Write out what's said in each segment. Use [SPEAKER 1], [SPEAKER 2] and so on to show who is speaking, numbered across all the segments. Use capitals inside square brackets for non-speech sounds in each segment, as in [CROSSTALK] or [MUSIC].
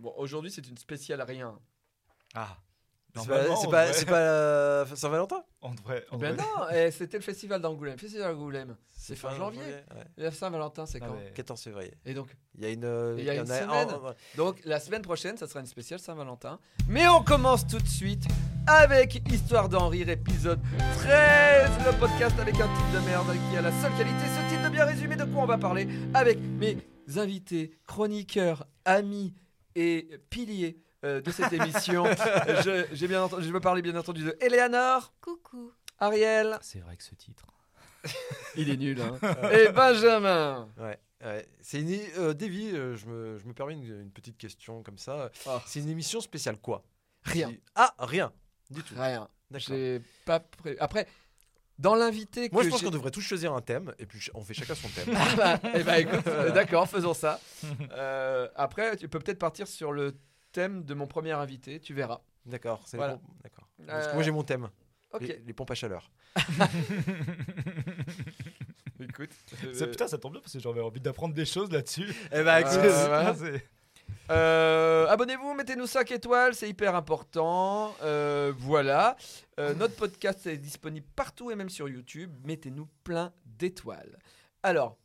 [SPEAKER 1] Bon, aujourd'hui, c'est une spéciale rien.
[SPEAKER 2] Ah,
[SPEAKER 1] C'est
[SPEAKER 2] normalement,
[SPEAKER 1] pas- c'est
[SPEAKER 2] on
[SPEAKER 1] pas,
[SPEAKER 2] devrait-
[SPEAKER 1] c'est
[SPEAKER 2] [LAUGHS]
[SPEAKER 1] pas la
[SPEAKER 3] euh,
[SPEAKER 1] Saint-Valentin
[SPEAKER 2] on devrait. on
[SPEAKER 1] Ben
[SPEAKER 2] devrait-
[SPEAKER 1] non, eh, c'était le festival d'Angoulême. Festival d'Angoulême.
[SPEAKER 3] C'est
[SPEAKER 1] fin janvier.
[SPEAKER 3] ouais.
[SPEAKER 1] La Saint-Valentin, c'est
[SPEAKER 2] Non,
[SPEAKER 1] quand
[SPEAKER 2] mais-
[SPEAKER 3] 14 février.
[SPEAKER 1] Et donc,
[SPEAKER 3] Il y a une. euh,
[SPEAKER 1] Il y a une
[SPEAKER 3] en
[SPEAKER 1] semaine.
[SPEAKER 3] en- en-
[SPEAKER 1] donc, la semaine prochaine, ça sera une spéciale Saint-Valentin. Mais on commence tout de suite avec Histoire d'en rire, épisode 13, le podcast avec un titre de merde qui a la seule qualité, ce titre de bien résumé de quoi on va parler avec mes invités, chroniqueurs, amis et piliers euh, de cette émission.
[SPEAKER 2] [LAUGHS]
[SPEAKER 1] je, j'ai bien entendu, je veux parler bien entendu de Eleanor,
[SPEAKER 4] Coucou.
[SPEAKER 1] Ariel,
[SPEAKER 2] C'est vrai que ce titre.
[SPEAKER 1] [LAUGHS] il est nul,
[SPEAKER 2] [LAUGHS]
[SPEAKER 1] hein, et Benjamin.
[SPEAKER 3] ouais, ouais. C'est une. é- euh, Davy, euh, je, me, je me permets une, une petite question comme ça.
[SPEAKER 1] Ah.
[SPEAKER 3] C'est une émission spéciale quoi
[SPEAKER 1] Rien.
[SPEAKER 3] Qui- Ah, rien. Du tout.
[SPEAKER 1] Rien.
[SPEAKER 3] D'accord.
[SPEAKER 1] J'ai pas pré- Après, dans l'invité que
[SPEAKER 3] Moi, je pense
[SPEAKER 1] j'ai-
[SPEAKER 3] qu'on devrait tous choisir un thème et puis ch- on fait chacun son thème.
[SPEAKER 1] [LAUGHS] Ah bah, eh bah,
[SPEAKER 3] [LAUGHS]
[SPEAKER 1] écoute, euh, d'accord, faisons ça. Euh, après, tu peux peut-être partir sur le thème de mon premier invité, tu verras.
[SPEAKER 3] D'accord. c'est
[SPEAKER 1] Voilà.
[SPEAKER 3] bon, D'accord. Parce que
[SPEAKER 1] Euh,
[SPEAKER 3] moi, j'ai mon thème.
[SPEAKER 1] Ok.
[SPEAKER 3] [LAUGHS] Les, les pompes à chaleur.
[SPEAKER 1] [LAUGHS] Écoute.
[SPEAKER 3] euh,
[SPEAKER 2] Ça, putain, ça tombe bien parce que j'avais envie d'apprendre des choses
[SPEAKER 1] [LAUGHS]
[SPEAKER 2] là-dessus.
[SPEAKER 3] Eh
[SPEAKER 1] bah, écoute,
[SPEAKER 2] C'est-
[SPEAKER 1] voilà.
[SPEAKER 2] c'est-
[SPEAKER 1] Euh, Abonnez-vous, mettez-nous 5 étoiles, c'est hyper important. Euh, voilà. Euh, notre podcast est disponible partout et même sur YouTube. Mettez-nous plein d'étoiles. Alors,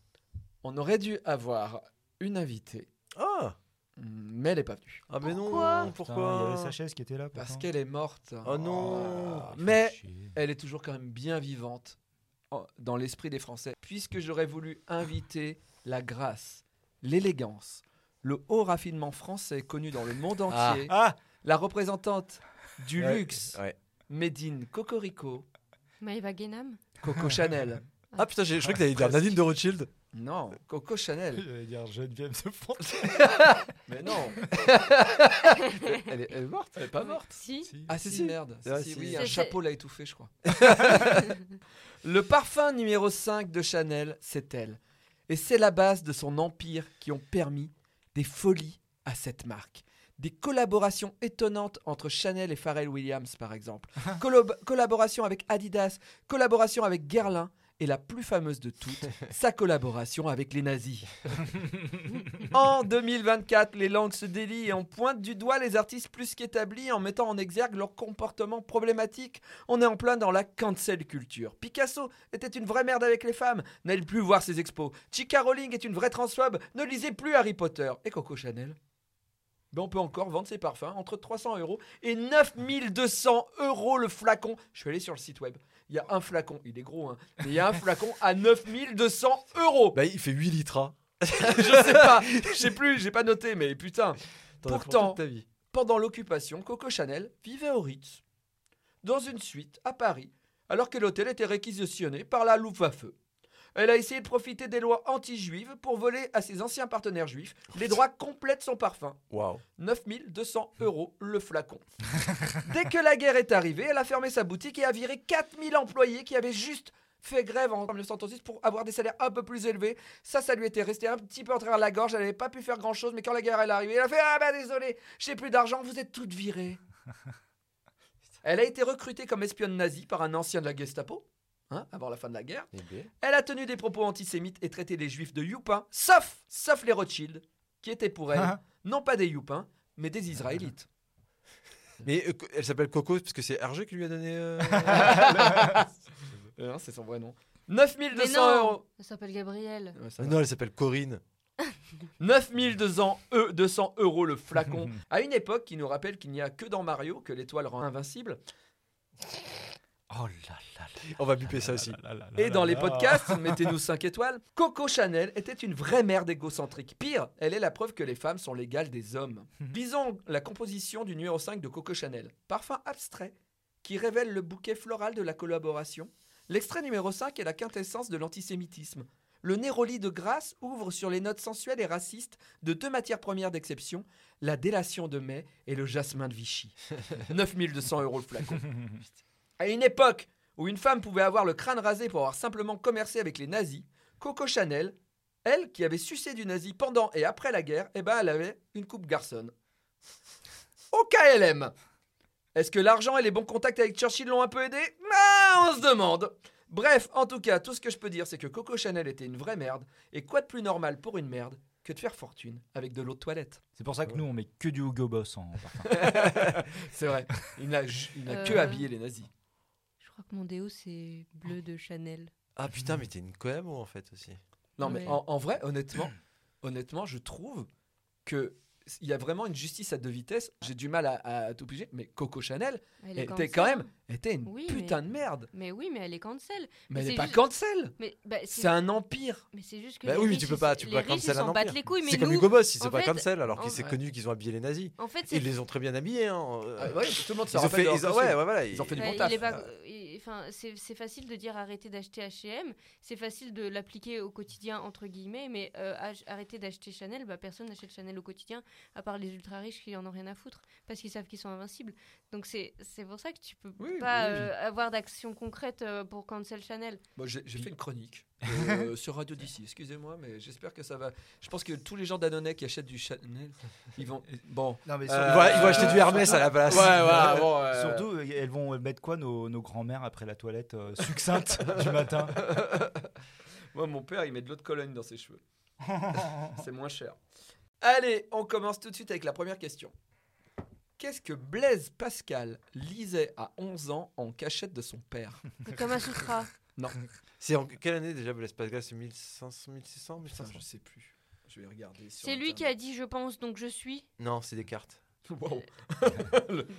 [SPEAKER 1] on aurait dû avoir une invitée,
[SPEAKER 3] Ah,
[SPEAKER 1] mais elle n'est pas venue.
[SPEAKER 3] ah mais
[SPEAKER 4] Pourquoi
[SPEAKER 3] non.
[SPEAKER 2] Putain, Il y
[SPEAKER 3] Pourquoi
[SPEAKER 2] avait sa chaise qui était là.
[SPEAKER 1] Parce
[SPEAKER 2] pourtant.
[SPEAKER 1] qu'elle est morte.
[SPEAKER 3] Oh non.
[SPEAKER 1] Ah, Mais
[SPEAKER 2] Chier.
[SPEAKER 1] elle est toujours quand même bien vivante en- dans l'esprit des Français, puisque j'aurais voulu inviter la grâce, l'élégance, le haut raffinement français connu dans le monde
[SPEAKER 3] Ah.
[SPEAKER 1] entier,
[SPEAKER 2] Ah
[SPEAKER 1] la représentante du
[SPEAKER 2] Ouais.
[SPEAKER 1] luxe,
[SPEAKER 3] Ouais.
[SPEAKER 1] Médine Cocorico,
[SPEAKER 4] Maëva Guénam.
[SPEAKER 1] Coco Chanel.
[SPEAKER 3] Ah putain, j'ai- je croyais que t'allais dire Nadine de Rothschild.
[SPEAKER 1] Non, Coco Chanel.
[SPEAKER 2] [LAUGHS] J'allais dire Geneviève de France.
[SPEAKER 1] Mais
[SPEAKER 3] [LAUGHS]
[SPEAKER 1] non. elle, est, elle est morte, elle est pas morte.
[SPEAKER 4] Si.
[SPEAKER 1] Ah si, si, merde. Si,
[SPEAKER 3] Ah,
[SPEAKER 1] si,
[SPEAKER 3] si.
[SPEAKER 1] oui,
[SPEAKER 4] C'est-
[SPEAKER 1] un
[SPEAKER 4] c'est-
[SPEAKER 1] chapeau l'a étouffé, je crois. [LAUGHS] Le parfum numéro 5 de Chanel, c'est elle. Et c'est la base de son empire qui ont permis des folies à cette marque. Des collaborations étonnantes entre Chanel et Pharrell Williams, par exemple. Collob- collaboration avec Adidas, collaboration avec Guerlain. Et la plus fameuse de toutes, sa collaboration avec les nazis. en 2024, les langues se délient et on pointe du doigt les artistes plus qu'établis en mettant en exergue leur comportement problématique on est en plein dans la cancel culture. Picasso était une vraie merde avec les femmes. N'allez plus voir ses expos. Chica Rowling est une vraie transphobe. Ne lisez plus Harry Potter. Et Coco Chanel ben on peut encore vendre ses parfums entre 300 euros et 9200 euros le flacon. Je suis allé sur le site web. Il y a un flacon, il est gros, hein, mais il y a un flacon à 9200 euros.
[SPEAKER 3] Bah, il fait 8 litres. hein.
[SPEAKER 1] Je sais pas, je sais plus, [LAUGHS] j'ai pas noté, mais putain.
[SPEAKER 3] T'en as
[SPEAKER 2] [LAUGHS]
[SPEAKER 3] pour
[SPEAKER 1] Pourtant,
[SPEAKER 3] toute ta vie.
[SPEAKER 1] Pendant l'occupation, Coco Chanel vivait au Ritz, dans une suite à Paris, alors que l'hôtel était réquisitionné par la Louve à feu. Elle a essayé de profiter des lois anti-juives pour voler à ses anciens partenaires juifs les droits complets de son parfum.
[SPEAKER 3] Waouh.
[SPEAKER 1] 9200 euros le flacon. Dès que la guerre est arrivée, elle a fermé sa boutique et a viré 4000 employés qui avaient juste fait grève en 1936 pour avoir des salaires un peu plus élevés. Ça, ça lui était resté un petit peu en travers de la gorge, elle n'avait pas pu faire grand-chose, mais quand la guerre est arrivée, elle a fait « Ah bah désolé, j'ai plus d'argent, vous êtes toutes virées ». Elle a été recrutée comme espionne nazie par un ancien de la Gestapo, hein, avant la fin de la guerre.
[SPEAKER 3] Eh bien.
[SPEAKER 1] Elle a tenu des propos antisémites et traité les juifs de youpins, sauf, sauf les Rothschild, qui étaient pour elle, non pas des youpins, mais des Israélites.
[SPEAKER 3] Mais euh, co- elle s'appelle Coco parce que c'est Hergé qui lui a donné. euh,
[SPEAKER 1] [LAUGHS]
[SPEAKER 2] Ah,
[SPEAKER 1] Euh, hein, c'est son vrai nom.
[SPEAKER 4] Mais
[SPEAKER 1] 9200
[SPEAKER 4] non,
[SPEAKER 1] euros.
[SPEAKER 4] elle s'appelle Gabrielle.
[SPEAKER 1] Ouais, ça va.
[SPEAKER 3] euh, non, elle s'appelle Corinne.
[SPEAKER 1] 9200 e- 200 euros le flacon. à une époque qui nous rappelle qu'il n'y a que dans Mario que l'étoile rend invincible.
[SPEAKER 2] Oh là là
[SPEAKER 3] On va buper ça aussi.
[SPEAKER 2] là là là
[SPEAKER 1] Et dans
[SPEAKER 2] là
[SPEAKER 1] les
[SPEAKER 2] là.
[SPEAKER 1] podcasts, mettez-nous 5 étoiles. Coco Chanel était une vraie merde égocentrique. Pire, elle est la preuve que les femmes sont l'égale des hommes.
[SPEAKER 2] Mhm.
[SPEAKER 1] Lisons la composition du numéro 5 de Coco Chanel. Parfum abstrait qui révèle le bouquet floral de la collaboration. L'extrait numéro 5 est la quintessence de l'antisémitisme. le Néroli de Grasse ouvre sur les notes sensuelles et racistes de deux matières premières d'exception, la délation de mai et le jasmin de
[SPEAKER 2] [LAUGHS]
[SPEAKER 1] Vichy. 9200 euros le flacon. À une époque où une femme pouvait avoir le crâne rasé pour avoir simplement commercé avec les nazis, Coco Chanel, elle qui avait sucé du nazi pendant et après la guerre, eh ben elle avait une coupe garçonne. Au KLM Est-ce que l'argent et les bons contacts avec Churchill l'ont un peu aidé Ah, On se demande Bref, en tout cas, tout ce que je peux dire, c'est que Coco Chanel était une vraie merde, et quoi de plus normal pour une merde que de faire fortune avec de l'eau de toilette
[SPEAKER 2] C'est pour ça que nous, on met que du Hugo Boss en parfum.
[SPEAKER 1] C'est vrai, il n'a ju- il n'a que
[SPEAKER 4] Euh.
[SPEAKER 1] habillé les nazis.
[SPEAKER 4] Je crois que mon déo, c'est bleu de Chanel.
[SPEAKER 3] Ah putain, mais t'es une collabo en fait aussi.
[SPEAKER 1] Non, mais
[SPEAKER 4] Ouais.
[SPEAKER 1] en, en vrai, honnêtement,
[SPEAKER 4] [CLEARS THROAT]
[SPEAKER 1] honnêtement, je trouve que s- il y a vraiment une justice à deux vitesses. J'ai du mal à, à tout piger, mais Coco Chanel
[SPEAKER 4] Elle est
[SPEAKER 1] était
[SPEAKER 4] Ah. cancel.
[SPEAKER 1] quand même était une
[SPEAKER 4] Oui, mais-
[SPEAKER 1] putain de merde.
[SPEAKER 4] Mais oui, mais elle est cancel.
[SPEAKER 1] Mais
[SPEAKER 4] Mais
[SPEAKER 1] elle
[SPEAKER 4] c'est
[SPEAKER 1] n'est pas
[SPEAKER 4] juste-
[SPEAKER 1] cancel.
[SPEAKER 4] Mais bah, c'est-
[SPEAKER 1] C'est un empire.
[SPEAKER 4] mais c'est juste que.
[SPEAKER 3] Bah
[SPEAKER 4] les
[SPEAKER 3] oui, mais
[SPEAKER 4] riches,
[SPEAKER 3] tu peux
[SPEAKER 4] ils
[SPEAKER 3] pas,
[SPEAKER 4] s-
[SPEAKER 3] tu peux
[SPEAKER 4] les
[SPEAKER 3] pas
[SPEAKER 4] riches,
[SPEAKER 3] cancel
[SPEAKER 4] ils
[SPEAKER 3] un
[SPEAKER 4] s'en battent
[SPEAKER 3] empire.
[SPEAKER 4] les couilles. Mais
[SPEAKER 3] C'est comme
[SPEAKER 4] nous,
[SPEAKER 3] Hugo Boss, ils sont
[SPEAKER 4] en
[SPEAKER 3] pas
[SPEAKER 4] fait,
[SPEAKER 3] comme celle, alors
[SPEAKER 4] en-
[SPEAKER 3] qu'il s'est
[SPEAKER 1] ouais.
[SPEAKER 3] connu qu'ils ont habillé les nazis.
[SPEAKER 4] en fait, c'est
[SPEAKER 3] Ils les ont très bien habillés. Hein. euh,
[SPEAKER 1] Ah, ouais, tout le monde se
[SPEAKER 3] ils ont
[SPEAKER 1] rappelle
[SPEAKER 3] fait,
[SPEAKER 1] de leur
[SPEAKER 3] ils ont-
[SPEAKER 1] costume.
[SPEAKER 3] ouais, ouais, voilà,
[SPEAKER 1] Ils ont fait du
[SPEAKER 4] Bah,
[SPEAKER 1] bon
[SPEAKER 4] il
[SPEAKER 1] taf.
[SPEAKER 4] est pas- il- enfin, c'est c'est facile de dire arrêtez d'acheter H&M, c'est facile de l'appliquer au quotidien entre guillemets, mais euh, H- arrêtez d'acheter Chanel, bah, personne n'achète Chanel au quotidien, à part les ultra riches qui en ont rien à foutre, parce qu'ils savent qu'ils sont invincibles. Donc c'est c'est pour ça que tu peux
[SPEAKER 1] Oui,
[SPEAKER 4] pas
[SPEAKER 1] oui.
[SPEAKER 4] euh, avoir d'action concrète euh, pour cancel
[SPEAKER 1] [LAUGHS]
[SPEAKER 4] Chanel.
[SPEAKER 1] Bon, j'ai j'ai fait une
[SPEAKER 3] [LAUGHS]
[SPEAKER 1] chronique euh, sur Radio d'ici. Excusez-moi, mais j'espère que ça va. Je pense que tous les gens d'Annonay qui achètent du Chanel, ils vont. Bon.
[SPEAKER 5] Non, mais
[SPEAKER 1] Euh,
[SPEAKER 3] Ils vont, ils vont acheter du Hermès à la
[SPEAKER 1] [LAUGHS]
[SPEAKER 3] place. [LAUGHS]
[SPEAKER 1] voilà, bon, euh,
[SPEAKER 2] Surtout, euh, elles vont mettre quoi nos, nos grands-mères après la toilette
[SPEAKER 1] [LAUGHS]
[SPEAKER 2] euh, succincte du matin
[SPEAKER 1] Moi, mon père, il met de l'eau de Cologne dans ses cheveux. C'est moins cher. Allez, on commence tout de suite avec la première question. Qu'est-ce que Blaise Pascal lisait à 11 ans en cachette de son père
[SPEAKER 4] Le Kama Sutra.
[SPEAKER 3] C'est en quelle année déjà Blaise Pascal C'est 1500, 1600,
[SPEAKER 1] Putain,
[SPEAKER 3] 1500
[SPEAKER 1] je sais plus. Je vais regarder. sur
[SPEAKER 4] C'est lui qui a
[SPEAKER 1] Internet.
[SPEAKER 4] dit je pense donc je suis.
[SPEAKER 3] Non, c'est des cartes.
[SPEAKER 1] Wow,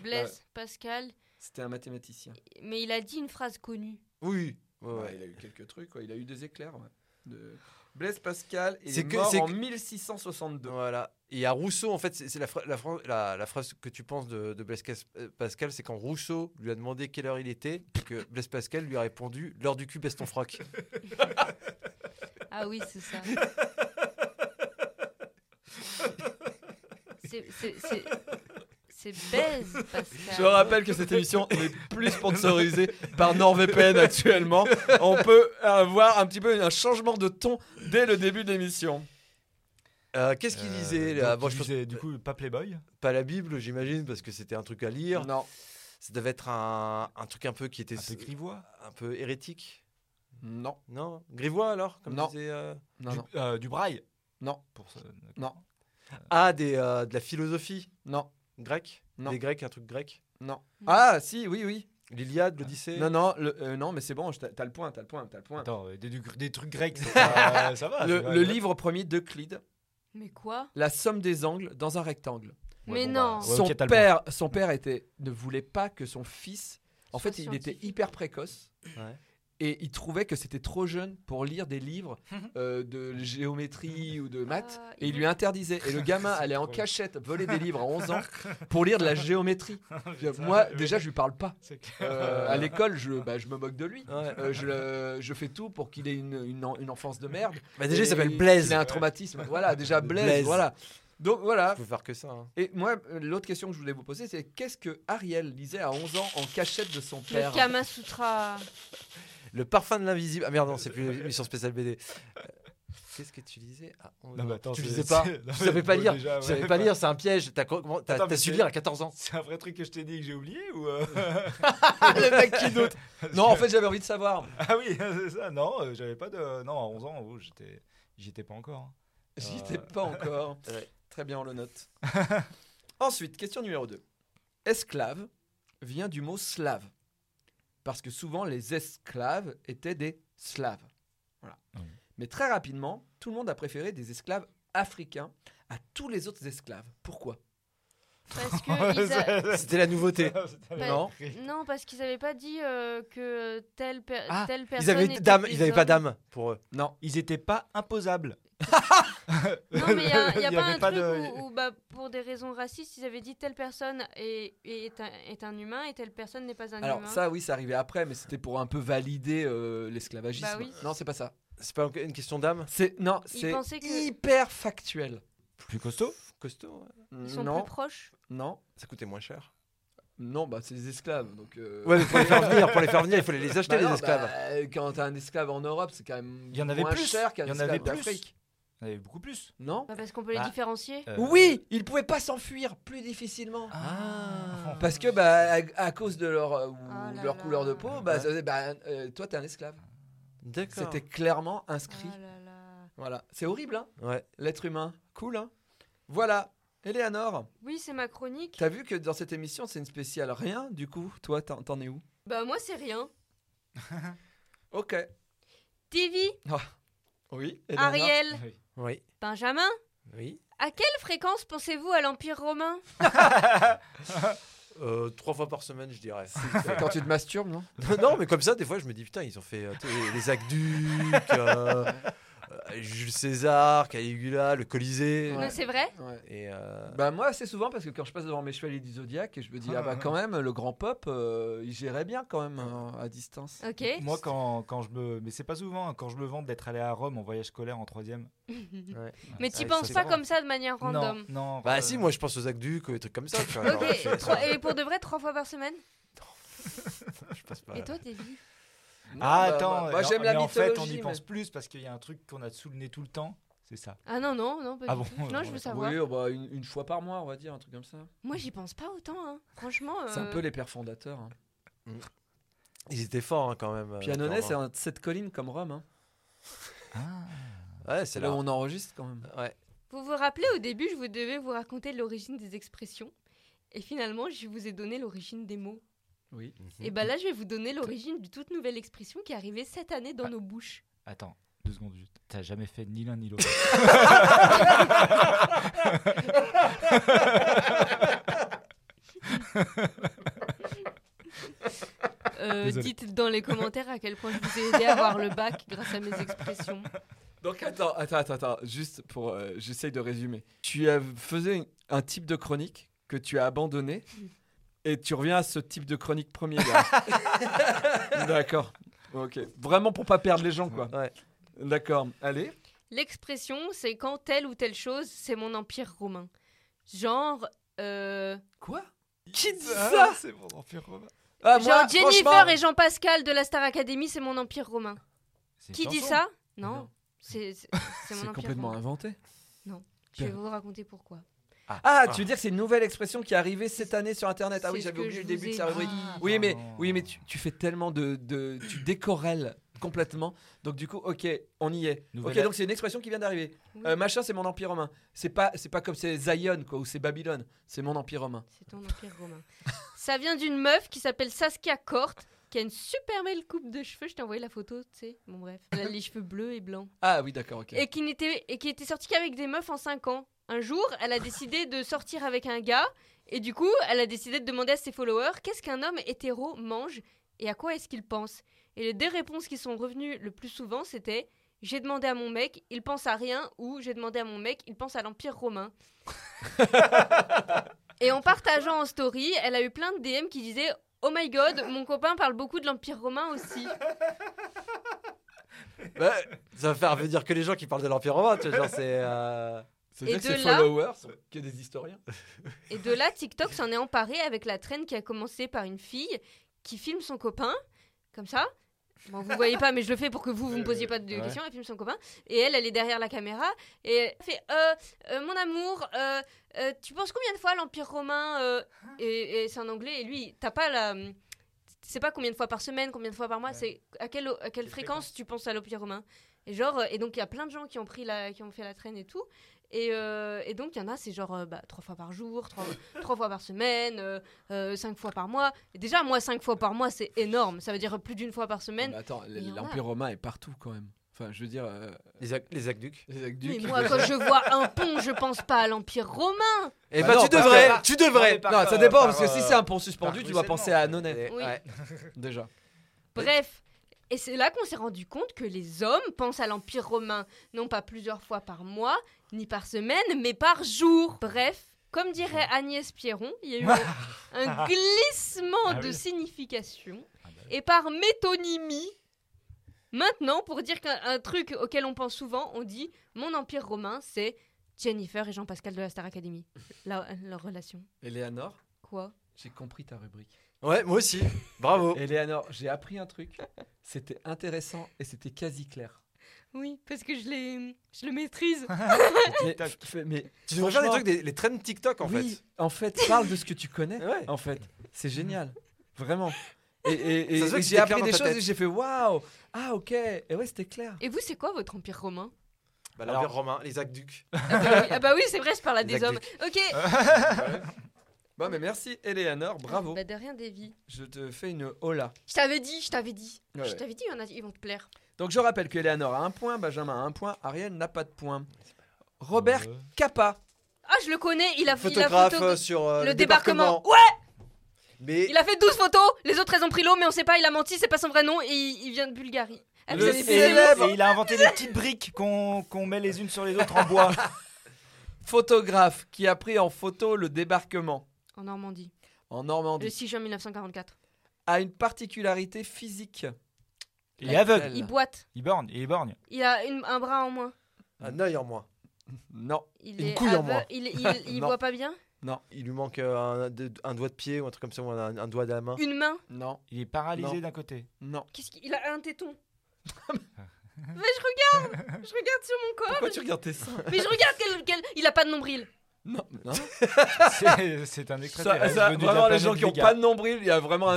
[SPEAKER 4] Blaise Pascal,
[SPEAKER 1] C'était un mathématicien.
[SPEAKER 4] mais il a dit une phrase connue.
[SPEAKER 3] Oui. Ouais,
[SPEAKER 1] Ouais,
[SPEAKER 3] ouais.
[SPEAKER 1] il a eu quelques trucs, quoi. il a eu des éclairs. ouais. De- Blaise Pascal il est,
[SPEAKER 3] C'est que-
[SPEAKER 1] mort
[SPEAKER 3] c'est
[SPEAKER 1] en
[SPEAKER 3] que-
[SPEAKER 1] 1662.
[SPEAKER 3] Voilà. Et à Rousseau, en fait, c'est c'est la, phra- la, phra- la- la phrase que tu penses de, de Blaise Cas- euh, Pascal, c'est quand Rousseau lui a demandé quelle heure il était, et que Blaise Pascal lui a répondu l'heure du cul, baisse ton froc.
[SPEAKER 4] Ah oui, c'est ça. C'est- c'est- c'est- C'est baise, Pascal.
[SPEAKER 1] Je rappelle que cette
[SPEAKER 3] [LAUGHS]
[SPEAKER 1] émission n'est plus sponsorisée par NordVPN actuellement. On peut avoir un petit peu un changement de ton dès le début de l'émission.
[SPEAKER 3] Euh, Qu'est-ce qu'il
[SPEAKER 2] Euh,
[SPEAKER 3] disait
[SPEAKER 2] donc,
[SPEAKER 3] là Bon,
[SPEAKER 2] il
[SPEAKER 3] je pense
[SPEAKER 2] disait, Du coup, pas Playboy.
[SPEAKER 3] pas la Bible, j'imagine, parce que c'était un truc à lire.
[SPEAKER 1] Non.
[SPEAKER 3] Ça devait être un, un truc un peu qui était
[SPEAKER 2] Un peu grivois.
[SPEAKER 3] un peu hérétique.
[SPEAKER 1] Non.
[SPEAKER 3] Non Grivois alors comme
[SPEAKER 1] Non.
[SPEAKER 3] disait, euh,
[SPEAKER 1] Non,
[SPEAKER 2] du,
[SPEAKER 1] non.
[SPEAKER 2] euh, du braille.
[SPEAKER 1] Non.
[SPEAKER 2] Pour ça, d'accord.
[SPEAKER 1] Non.
[SPEAKER 3] Ah, des, euh, de la philosophie
[SPEAKER 1] Non.
[SPEAKER 3] grecque
[SPEAKER 1] Non.
[SPEAKER 3] Des Grecs, un truc grec Ah.
[SPEAKER 1] Non. Ah, si, oui, oui.
[SPEAKER 3] L'Iliade, l'Odyssée
[SPEAKER 1] Non, non, le- euh, non mais c'est bon, je t'a- t'as le point, t'as le point, t'as le point.
[SPEAKER 2] Attends, euh, des, du- des trucs grecs, c'est pas- euh, ça va.
[SPEAKER 1] Le,
[SPEAKER 2] Ah, c'est pas-
[SPEAKER 1] le livre premier d'Euclide,
[SPEAKER 4] Mais quoi
[SPEAKER 1] La somme des angles dans un rectangle.
[SPEAKER 4] Mais
[SPEAKER 2] bon, bah,
[SPEAKER 4] non.
[SPEAKER 2] ouais,
[SPEAKER 1] son,
[SPEAKER 2] ok, t'as le point.
[SPEAKER 1] père, son père était, ne voulait pas que son fils. En fait, il était
[SPEAKER 4] scientifique.
[SPEAKER 1] hyper précoce.
[SPEAKER 3] Ouais.
[SPEAKER 1] Et il trouvait que c'était trop jeune pour lire des
[SPEAKER 2] [LAUGHS]
[SPEAKER 1] livres
[SPEAKER 2] Ah.
[SPEAKER 1] euh, de géométrie ou de maths.
[SPEAKER 4] Ah,
[SPEAKER 1] Et il
[SPEAKER 4] il-
[SPEAKER 1] lui interdisait.
[SPEAKER 2] [LAUGHS]
[SPEAKER 1] Et le gamin allait en
[SPEAKER 2] drôle.
[SPEAKER 1] cachette voler des livres à 11
[SPEAKER 2] [LAUGHS]
[SPEAKER 1] ans pour lire de la géométrie.
[SPEAKER 2] Putain,
[SPEAKER 1] Moi,
[SPEAKER 2] oui,
[SPEAKER 1] déjà, je lui parle pas.
[SPEAKER 2] c'est clair. [LAUGHS]
[SPEAKER 1] Euh, à l'école, je, bah, je me moque de lui.
[SPEAKER 3] Ouais.
[SPEAKER 1] Euh, je, le- je fais tout pour qu'il ait une, une en- une enfance de merde.
[SPEAKER 3] Bah, déjà,
[SPEAKER 1] Et
[SPEAKER 3] il s'appelle
[SPEAKER 1] Il
[SPEAKER 3] Blaise.
[SPEAKER 1] a un traumatisme. Voilà, déjà
[SPEAKER 3] [LAUGHS]
[SPEAKER 1] Blaise,
[SPEAKER 3] Blaise.
[SPEAKER 1] Voilà. Donc voilà.
[SPEAKER 3] Je peux faire que ça. hein.
[SPEAKER 1] Et moi, euh, l'autre question que je voulais vous poser, c'est qu'est-ce que Ariel lisait à 11 ans en cachette de son père
[SPEAKER 4] Le
[SPEAKER 1] [LAUGHS]
[SPEAKER 4] Kama Sutra.
[SPEAKER 3] Le parfum de l'invisible. Ah merde, non, c'est plus l'émission spéciale BD. Euh, Qu'est-ce que tu lisais ah, on-
[SPEAKER 2] Non, mais attends,
[SPEAKER 3] Tu
[SPEAKER 2] c'est-
[SPEAKER 3] lisais pas.
[SPEAKER 2] c'est- [LAUGHS] non,
[SPEAKER 3] Tu
[SPEAKER 2] mais
[SPEAKER 3] savais pas
[SPEAKER 2] bon,
[SPEAKER 3] lire. Tu
[SPEAKER 2] déjà, ouais.
[SPEAKER 3] savais pas lire, c'est un piège. T'as co- comment-
[SPEAKER 2] Attends,
[SPEAKER 3] t'as-
[SPEAKER 2] mais
[SPEAKER 3] t'as su
[SPEAKER 2] c'est-
[SPEAKER 3] lire à 14 ans.
[SPEAKER 2] C'est un vrai truc que je t'ai dit que j'ai oublié ou euh,
[SPEAKER 1] Ah, Le mec
[SPEAKER 2] [LAUGHS]
[SPEAKER 1] qui doute. Non, en fait, j'avais envie de savoir.
[SPEAKER 3] Oh.
[SPEAKER 2] Ah oui, [LAUGHS] c'est ça. Non, euh, j'avais pas de. Non, à 11 ans, oh, j'étais. J'y étais pas encore. hein.
[SPEAKER 1] J'y
[SPEAKER 3] Euh.
[SPEAKER 1] étais pas encore.
[SPEAKER 3] [LAUGHS] Ouais.
[SPEAKER 1] Très bien, on le
[SPEAKER 3] [LAUGHS]
[SPEAKER 1] note. Ensuite, question numéro 2. Esclave vient du mot slave. Parce que souvent, les esclaves étaient des slaves. Voilà.
[SPEAKER 3] Ah
[SPEAKER 2] Oui.
[SPEAKER 1] Mais très rapidement, tout le monde a préféré des esclaves africains à tous les autres esclaves. Pourquoi
[SPEAKER 2] [LAUGHS]
[SPEAKER 4] Parce que. ils
[SPEAKER 1] [LAUGHS]
[SPEAKER 4] a-
[SPEAKER 3] C'était la nouveauté.
[SPEAKER 2] C'était la-
[SPEAKER 1] Non.
[SPEAKER 4] Non, parce qu'ils avaient pas dit euh, que telle, per-
[SPEAKER 1] Ah,
[SPEAKER 4] telle personne.
[SPEAKER 3] Ils avaient
[SPEAKER 4] était
[SPEAKER 3] dame,
[SPEAKER 4] des
[SPEAKER 3] ils avaient pas
[SPEAKER 4] hommes.
[SPEAKER 3] d'âme pour euh, eux.
[SPEAKER 1] Non.
[SPEAKER 2] Ils étaient pas imposables.
[SPEAKER 4] Non, mais il n'y a,
[SPEAKER 2] [LAUGHS]
[SPEAKER 4] y a
[SPEAKER 2] Il y
[SPEAKER 4] pas
[SPEAKER 2] avait
[SPEAKER 4] un
[SPEAKER 2] pas
[SPEAKER 4] truc
[SPEAKER 2] de-
[SPEAKER 4] où, où, bah, pour des raisons racistes, ils avaient dit telle personne est, est, un, est un humain et telle personne n'est pas un
[SPEAKER 1] Alors
[SPEAKER 4] humain.
[SPEAKER 1] ça, oui, ça arrivait après, mais c'était pour un peu valider euh, l'esclavagisme.
[SPEAKER 4] Bah oui.
[SPEAKER 1] Non, c'est pas ça.
[SPEAKER 3] C'est pas une question d'âme
[SPEAKER 1] C'est non,
[SPEAKER 4] Il
[SPEAKER 1] c'est
[SPEAKER 4] pensait que-
[SPEAKER 1] hyper factuel.
[SPEAKER 2] Plus costaud
[SPEAKER 3] Costaud, ouais.
[SPEAKER 4] Ils sont
[SPEAKER 1] non,
[SPEAKER 4] plus proches.
[SPEAKER 1] non,
[SPEAKER 3] ça coûtait moins cher.
[SPEAKER 1] non, bah c'est des esclaves donc. euh,
[SPEAKER 3] Ouais, mais pour les faire
[SPEAKER 1] [LAUGHS]
[SPEAKER 3] venir, pour les faire venir, il fallait les acheter
[SPEAKER 1] bah non,
[SPEAKER 3] les esclaves.
[SPEAKER 1] bah, quand t'as un esclave en Europe, c'est quand même
[SPEAKER 2] Il y en avait
[SPEAKER 1] moins
[SPEAKER 2] plus.
[SPEAKER 1] cher qu'un
[SPEAKER 2] Il y en avait
[SPEAKER 1] esclave
[SPEAKER 2] plus.
[SPEAKER 1] d'Afrique.
[SPEAKER 2] Il y en avait beaucoup plus.
[SPEAKER 1] Non
[SPEAKER 4] Bah, parce qu'on peut les
[SPEAKER 1] Bah.
[SPEAKER 4] différencier.
[SPEAKER 2] Euh,
[SPEAKER 1] Oui, ils pouvaient pas s'enfuir plus difficilement.
[SPEAKER 2] [LAUGHS] Ah.
[SPEAKER 1] Parce que bah, à, à cause de leur, euh, ou
[SPEAKER 4] Oh là
[SPEAKER 1] de leur
[SPEAKER 4] là.
[SPEAKER 1] couleur de peau, bah,
[SPEAKER 3] Ouais.
[SPEAKER 1] ça faisait, bah, euh, toi t'es un esclave.
[SPEAKER 3] D'accord.
[SPEAKER 1] C'était clairement inscrit.
[SPEAKER 4] Ah là là.
[SPEAKER 1] Voilà, c'est horrible, hein
[SPEAKER 3] Ouais.
[SPEAKER 1] L'être humain, cool, hein Voilà, Eleanor,
[SPEAKER 4] Oui, c'est ma chronique.
[SPEAKER 1] t'as vu que dans cette émission c'est une spéciale rien. Du coup, toi t'en t'en es où
[SPEAKER 4] Bah moi c'est rien.
[SPEAKER 1] [LAUGHS] Ok.
[SPEAKER 4] TV,
[SPEAKER 1] Oui.
[SPEAKER 4] Ariel,
[SPEAKER 2] Oui.
[SPEAKER 3] Oui.
[SPEAKER 4] Benjamin,
[SPEAKER 3] Oui.
[SPEAKER 4] à quelle fréquence pensez-vous à l'Empire romain
[SPEAKER 3] Euh, trois fois par semaine, je dirais.
[SPEAKER 1] Quand tu te masturbes, non
[SPEAKER 3] [LAUGHS] non, mais comme ça, des fois, je me dis putain, ils ont fait euh, tu sais, les aqueducs,
[SPEAKER 1] [LAUGHS]
[SPEAKER 3] euh, euh, Jules César, Caligula, le Colisée.
[SPEAKER 4] Non,
[SPEAKER 1] Ouais.
[SPEAKER 4] C'est vrai
[SPEAKER 3] Et euh,
[SPEAKER 1] Bah moi assez souvent parce que quand je passe devant mes chevaliers du zodiaque et je me dis ah bah quand même le grand pop euh, il gérait bien quand même euh, à distance.
[SPEAKER 4] Ok.
[SPEAKER 2] Moi, quand, quand je me. Mais c'est pas souvent, hein, quand je me vante d'être allé à Rome en voyage scolaire en troisième.
[SPEAKER 4] Mais t'y
[SPEAKER 3] Ouais,
[SPEAKER 4] penses
[SPEAKER 3] ça,
[SPEAKER 4] pas
[SPEAKER 3] c'est
[SPEAKER 4] comme ça de manière
[SPEAKER 2] Non,
[SPEAKER 4] random.
[SPEAKER 2] non.
[SPEAKER 3] bah
[SPEAKER 2] euh,
[SPEAKER 3] si, moi, je pense aux aqueducs, aux trucs comme ça. tu vois, genre, je fais
[SPEAKER 4] Ok,
[SPEAKER 3] ça,
[SPEAKER 4] trois- et pour de vrai, trois fois par semaine
[SPEAKER 3] je passe pas.
[SPEAKER 4] Et toi, Davy
[SPEAKER 1] Non,
[SPEAKER 2] Ah,
[SPEAKER 1] bah,
[SPEAKER 2] attends,
[SPEAKER 1] bah,
[SPEAKER 2] euh,
[SPEAKER 1] moi
[SPEAKER 2] non,
[SPEAKER 1] j'aime la
[SPEAKER 2] mais en fait, on
[SPEAKER 1] mythologie,
[SPEAKER 2] y
[SPEAKER 1] mais-
[SPEAKER 2] pense plus parce qu'il y a un truc qu'on a sous le nez tout le temps, c'est ça.
[SPEAKER 4] Ah non, non, non, pas
[SPEAKER 2] Ah
[SPEAKER 4] du
[SPEAKER 2] bon,
[SPEAKER 4] tout. Non,
[SPEAKER 2] euh,
[SPEAKER 4] je veux
[SPEAKER 2] ouais.
[SPEAKER 4] savoir.
[SPEAKER 1] Oui, oh, bah, une, une fois par mois, on va dire, un truc comme ça.
[SPEAKER 4] Moi, j'y pense pas autant, hein. franchement.
[SPEAKER 1] C'est un
[SPEAKER 4] euh,
[SPEAKER 1] peu les pères fondateurs. Hein.
[SPEAKER 3] Ils étaient forts hein, quand même. euh,
[SPEAKER 1] Puis à Nonay, c'est
[SPEAKER 3] clairement.
[SPEAKER 1] un de cette colline comme Rome. hein.
[SPEAKER 2] Ah,
[SPEAKER 3] Ouais, c'est
[SPEAKER 1] C'est là
[SPEAKER 3] là.
[SPEAKER 1] où on enregistre quand même.
[SPEAKER 3] Ouais.
[SPEAKER 4] Vous vous rappelez, au début, je vous devais vous raconter l'origine des expressions. Et finalement, je vous ai donné l'origine des mots.
[SPEAKER 1] Oui.
[SPEAKER 4] Et bah là, je vais vous donner l'origine d'une toute nouvelle expression qui est arrivée cette année dans
[SPEAKER 2] Ah.
[SPEAKER 4] nos bouches.
[SPEAKER 2] Attends, deux secondes juste. T'as jamais fait ni l'un ni
[SPEAKER 4] [LAUGHS]
[SPEAKER 2] l'autre.
[SPEAKER 4] Euh,
[SPEAKER 2] Désolé.
[SPEAKER 4] dites dans les commentaires à quel point je vous ai aidé à avoir le bac grâce à mes expressions.
[SPEAKER 1] Donc attends, attends, attends, attends, juste pour. euh, J'essaye de résumer. Tu as- faisais une- un type de chronique que tu as abandonné et tu reviens à ce type de chronique premier. [LAUGHS] gars. D'accord. Ok. Vraiment pour pas perdre les gens, quoi.
[SPEAKER 3] Ouais.
[SPEAKER 1] D'accord. Allez.
[SPEAKER 4] L'expression, c'est quand telle ou telle chose, c'est mon empire romain. Genre, euh,
[SPEAKER 1] Quoi Qui dit
[SPEAKER 2] Ah, C'est mon empire romain.
[SPEAKER 1] Ah,
[SPEAKER 4] genre
[SPEAKER 1] moi,
[SPEAKER 4] Jennifer
[SPEAKER 1] franchement-
[SPEAKER 4] et Jean-Pascal de la Star Academy, c'est mon empire romain.
[SPEAKER 2] C'est
[SPEAKER 4] Qui
[SPEAKER 2] une
[SPEAKER 4] dit
[SPEAKER 2] chanson.
[SPEAKER 4] ça Non,
[SPEAKER 1] Non.
[SPEAKER 4] c'est c'est- c'est mon
[SPEAKER 1] C'est
[SPEAKER 4] empire
[SPEAKER 1] complètement
[SPEAKER 4] romain.
[SPEAKER 1] inventé.
[SPEAKER 4] Je vais vous raconter pourquoi.
[SPEAKER 1] Ah, tu veux dire que c'est une nouvelle expression qui est arrivée cette année sur Internet Ah oui,
[SPEAKER 4] C'est ce
[SPEAKER 1] j'avais
[SPEAKER 4] que
[SPEAKER 1] oublié le
[SPEAKER 4] je vous
[SPEAKER 1] début de
[SPEAKER 4] ai
[SPEAKER 1] sa rubrique.
[SPEAKER 4] dit. Ah,
[SPEAKER 1] Oui, mais,
[SPEAKER 2] pardon.
[SPEAKER 1] oui, mais tu, tu fais tellement de, de- Tu décorelles complètement. Donc, du coup, ok, on y est.
[SPEAKER 2] Nouvelle-
[SPEAKER 1] Ok, donc c'est une expression qui vient d'arriver.
[SPEAKER 4] Oui.
[SPEAKER 1] Euh, machin, c'est mon empire romain. C'est pas, c'est pas comme c'est Zion, quoi, ou c'est Babylone. C'est mon empire romain.
[SPEAKER 4] C'est ton empire romain. Ça vient d'une meuf qui s'appelle Saskia Cort, qui a une super belle coupe de cheveux. Je t'ai envoyé la photo, tu sais. Bon, bref. Elle a les cheveux bleus et blancs.
[SPEAKER 1] Ah oui, d'accord, ok.
[SPEAKER 4] Et qui, n'était, et qui était sortie qu'avec des meufs en 5 ans. Un jour, elle a décidé de sortir avec un gars. Et du coup, elle a décidé de demander à ses followers qu'est-ce qu'un homme hétéro mange et à quoi est-ce qu'il pense. Et les deux réponses qui sont revenues le plus souvent, c'était j'ai demandé à mon mec, il pense à rien, ou j'ai demandé à mon mec, il pense à l'Empire romain. et en partageant en story, elle a eu plein de DM qui disaient Oh my god, mon copain parle beaucoup de l'Empire romain aussi.
[SPEAKER 3] Bah, ça va faire venir que les gens qui parlent de l'Empire romain. Tu vois, genre, c'est. euh,
[SPEAKER 1] Ça
[SPEAKER 4] et
[SPEAKER 1] veut dire
[SPEAKER 4] de
[SPEAKER 1] que ces
[SPEAKER 4] là-
[SPEAKER 1] followers sont que des historiens.
[SPEAKER 4] Et de là, TikTok s'en est emparé avec la traîne qui a commencé par une fille qui filme son copain, comme ça. Bon, vous voyez pas, mais je le fais pour que vous, vous me posiez pas de
[SPEAKER 2] Ouais.
[SPEAKER 4] questions. Elle filme son copain. Et elle, elle est derrière la caméra. Et elle fait euh, euh, Mon amour, euh, euh, tu penses combien de fois à l'Empire romain euh, Et, et c'est en anglais. Et lui, t'as pas la. C'est pas combien de fois par semaine, combien de fois par mois,
[SPEAKER 2] Ouais.
[SPEAKER 4] c'est à quelle, à quelle
[SPEAKER 2] Quelle
[SPEAKER 4] fréquence,
[SPEAKER 2] fréquence
[SPEAKER 4] tu penses à l'Empire romain. Et, genre, euh, et donc, il y a plein de gens qui ont, pris la, qui ont fait la traîne et tout. Et, euh, et donc, il y en a, c'est genre euh, bah, trois fois par jour, trois, trois fois par semaine, euh, euh, cinq fois par mois. Et déjà, moi, cinq fois par mois, c'est énorme. Ça veut dire plus d'une fois par
[SPEAKER 1] Non,
[SPEAKER 4] semaine.
[SPEAKER 1] mais attends,
[SPEAKER 4] il y en a.
[SPEAKER 1] l'empire romain est partout quand même. Enfin, je veux dire. euh,
[SPEAKER 3] Les, ac- les aqueducs.
[SPEAKER 1] les
[SPEAKER 4] Mais
[SPEAKER 1] aqueducs,
[SPEAKER 4] moi,
[SPEAKER 1] les- [LAUGHS]
[SPEAKER 4] quand je vois un pont, je pense pas à l'Empire romain.
[SPEAKER 3] Eh
[SPEAKER 1] Bah
[SPEAKER 3] ben,
[SPEAKER 1] non,
[SPEAKER 3] tu
[SPEAKER 1] parce
[SPEAKER 3] devrais.
[SPEAKER 1] que-
[SPEAKER 3] Tu devrais.
[SPEAKER 2] Non, mais par-
[SPEAKER 1] Non, ça
[SPEAKER 2] euh,
[SPEAKER 1] dépend,
[SPEAKER 2] par,
[SPEAKER 1] parce que si
[SPEAKER 2] euh,
[SPEAKER 1] c'est un pont suspendu,
[SPEAKER 2] par
[SPEAKER 1] tu dois
[SPEAKER 2] ruissellement.
[SPEAKER 1] penser à Nonnet,
[SPEAKER 4] Ah, Oui.
[SPEAKER 3] Ouais.
[SPEAKER 1] déjà.
[SPEAKER 4] Bref. Et c'est là qu'on s'est rendu compte que les hommes pensent à l'Empire romain, non pas plusieurs fois par mois, ni par semaine, mais par jour. Bref, comme dirait Agnès Pierron, il y a eu
[SPEAKER 2] [LAUGHS]
[SPEAKER 4] un- un glissement
[SPEAKER 2] Ah
[SPEAKER 4] de
[SPEAKER 2] oui.
[SPEAKER 4] signification.
[SPEAKER 2] Ah bah oui.
[SPEAKER 4] Et par métonymie, Maintenant, pour dire qu'un un truc auquel on pense souvent, on dit mon empire romain, c'est Jennifer et Jean-Pascal de la Star Academy. La- leur relation.
[SPEAKER 1] Eleanor,
[SPEAKER 4] Quoi
[SPEAKER 1] j'ai compris ta rubrique.
[SPEAKER 3] Ouais, moi aussi.
[SPEAKER 1] Oh.
[SPEAKER 3] Bravo.
[SPEAKER 1] Eleanor, j'ai appris un truc. C'était intéressant et c'était quasi clair.
[SPEAKER 4] Oui, parce que je, l'ai- je
[SPEAKER 2] [LAUGHS]
[SPEAKER 4] le maîtrise.
[SPEAKER 1] mais,
[SPEAKER 2] Tac.
[SPEAKER 1] fais- mais
[SPEAKER 3] Tu devrais faire des
[SPEAKER 1] franchement,
[SPEAKER 3] trucs, des, les trends TikTok en
[SPEAKER 1] oui,
[SPEAKER 3] fait.
[SPEAKER 1] en fait, parle de ce que tu connais.
[SPEAKER 3] Ouais.
[SPEAKER 1] En fait, c'est génial, vraiment. Et, et- et-
[SPEAKER 3] Ça se voit
[SPEAKER 1] et
[SPEAKER 3] que
[SPEAKER 1] j'ai
[SPEAKER 3] c'était
[SPEAKER 1] appris
[SPEAKER 3] clair
[SPEAKER 1] des
[SPEAKER 3] dans ta
[SPEAKER 1] choses
[SPEAKER 3] tête.
[SPEAKER 1] et j'ai fait waouh, ah ok, et ouais c'était clair.
[SPEAKER 4] Et vous, c'est quoi votre empire romain
[SPEAKER 3] Bah, l'empire romain, les aqueducs.
[SPEAKER 4] ah bah, oui, ah bah oui, c'est vrai, je parle à
[SPEAKER 3] Les
[SPEAKER 4] des hommes. Ok.
[SPEAKER 1] Bon mais merci Eleanor, bravo.
[SPEAKER 4] Bah de rien, Davy.
[SPEAKER 1] Je te fais une hola.
[SPEAKER 4] Je t'avais dit, je t'avais dit.
[SPEAKER 1] Ouais,
[SPEAKER 4] Je
[SPEAKER 1] ouais.
[SPEAKER 4] t'avais dit, il y en a- ils vont te plaire.
[SPEAKER 1] Donc je rappelle que Eleanor a un point, Benjamin a un point, Ariel n'a pas de point. Robert
[SPEAKER 2] Euh,
[SPEAKER 1] Capa.
[SPEAKER 4] Ah, je le connais, il a, il a
[SPEAKER 3] Photographe
[SPEAKER 4] photo-
[SPEAKER 3] euh, sur euh,
[SPEAKER 4] le, débarquement. Ouais
[SPEAKER 3] Mais
[SPEAKER 4] Il a fait 12 photos, les autres elles ont pris l'eau, mais on sait pas, il a menti, c'est pas son vrai nom et il, il vient de Bulgarie. Ah, vous
[SPEAKER 1] Le
[SPEAKER 4] avez fait
[SPEAKER 1] célèbre-
[SPEAKER 4] les mots
[SPEAKER 2] Et il a inventé des petites briques qu'on qu'on met les unes sur les autres en bois.
[SPEAKER 1] [LAUGHS] photographe qui a pris en photo le débarquement
[SPEAKER 4] En Normandie,
[SPEAKER 1] en
[SPEAKER 4] le
[SPEAKER 1] Normandie
[SPEAKER 4] 6 juin 1944.
[SPEAKER 1] a une particularité physique.
[SPEAKER 2] Il est aveugle.
[SPEAKER 1] Laquelle
[SPEAKER 4] Il boite,
[SPEAKER 2] Il borgne, il est borgne.
[SPEAKER 4] il a une- un bras en moins.
[SPEAKER 3] un œil en moins.
[SPEAKER 1] Non,
[SPEAKER 4] Il
[SPEAKER 3] Une
[SPEAKER 4] est
[SPEAKER 3] couille en
[SPEAKER 4] aveugle.
[SPEAKER 3] moins.
[SPEAKER 1] [LAUGHS]
[SPEAKER 4] Il, il- il
[SPEAKER 1] Non.
[SPEAKER 4] voit pas bien
[SPEAKER 3] Il lui manque euh, un, de- un doigt de pied ou un truc comme ça, ou un, un doigt de la main.
[SPEAKER 4] Une main
[SPEAKER 1] non,
[SPEAKER 2] Il est paralysé
[SPEAKER 1] Non. [LAUGHS]
[SPEAKER 2] d'un côté.
[SPEAKER 1] non.
[SPEAKER 4] Qu'est-ce qu'il a
[SPEAKER 1] [LAUGHS]
[SPEAKER 4] un téton Mais je regarde Je regarde sur mon corps
[SPEAKER 1] Pourquoi tu regardes tes seins
[SPEAKER 4] Mais je regarde quel, quel- Il a pas de nombril
[SPEAKER 1] Non, non.
[SPEAKER 2] C'est c'est un
[SPEAKER 1] Ça-
[SPEAKER 2] extraterrestre.
[SPEAKER 1] ça-
[SPEAKER 2] venu de la
[SPEAKER 1] vraiment, les
[SPEAKER 2] planète
[SPEAKER 1] gens qui ont
[SPEAKER 2] Vega.
[SPEAKER 1] pas de nombril, il y a vraiment un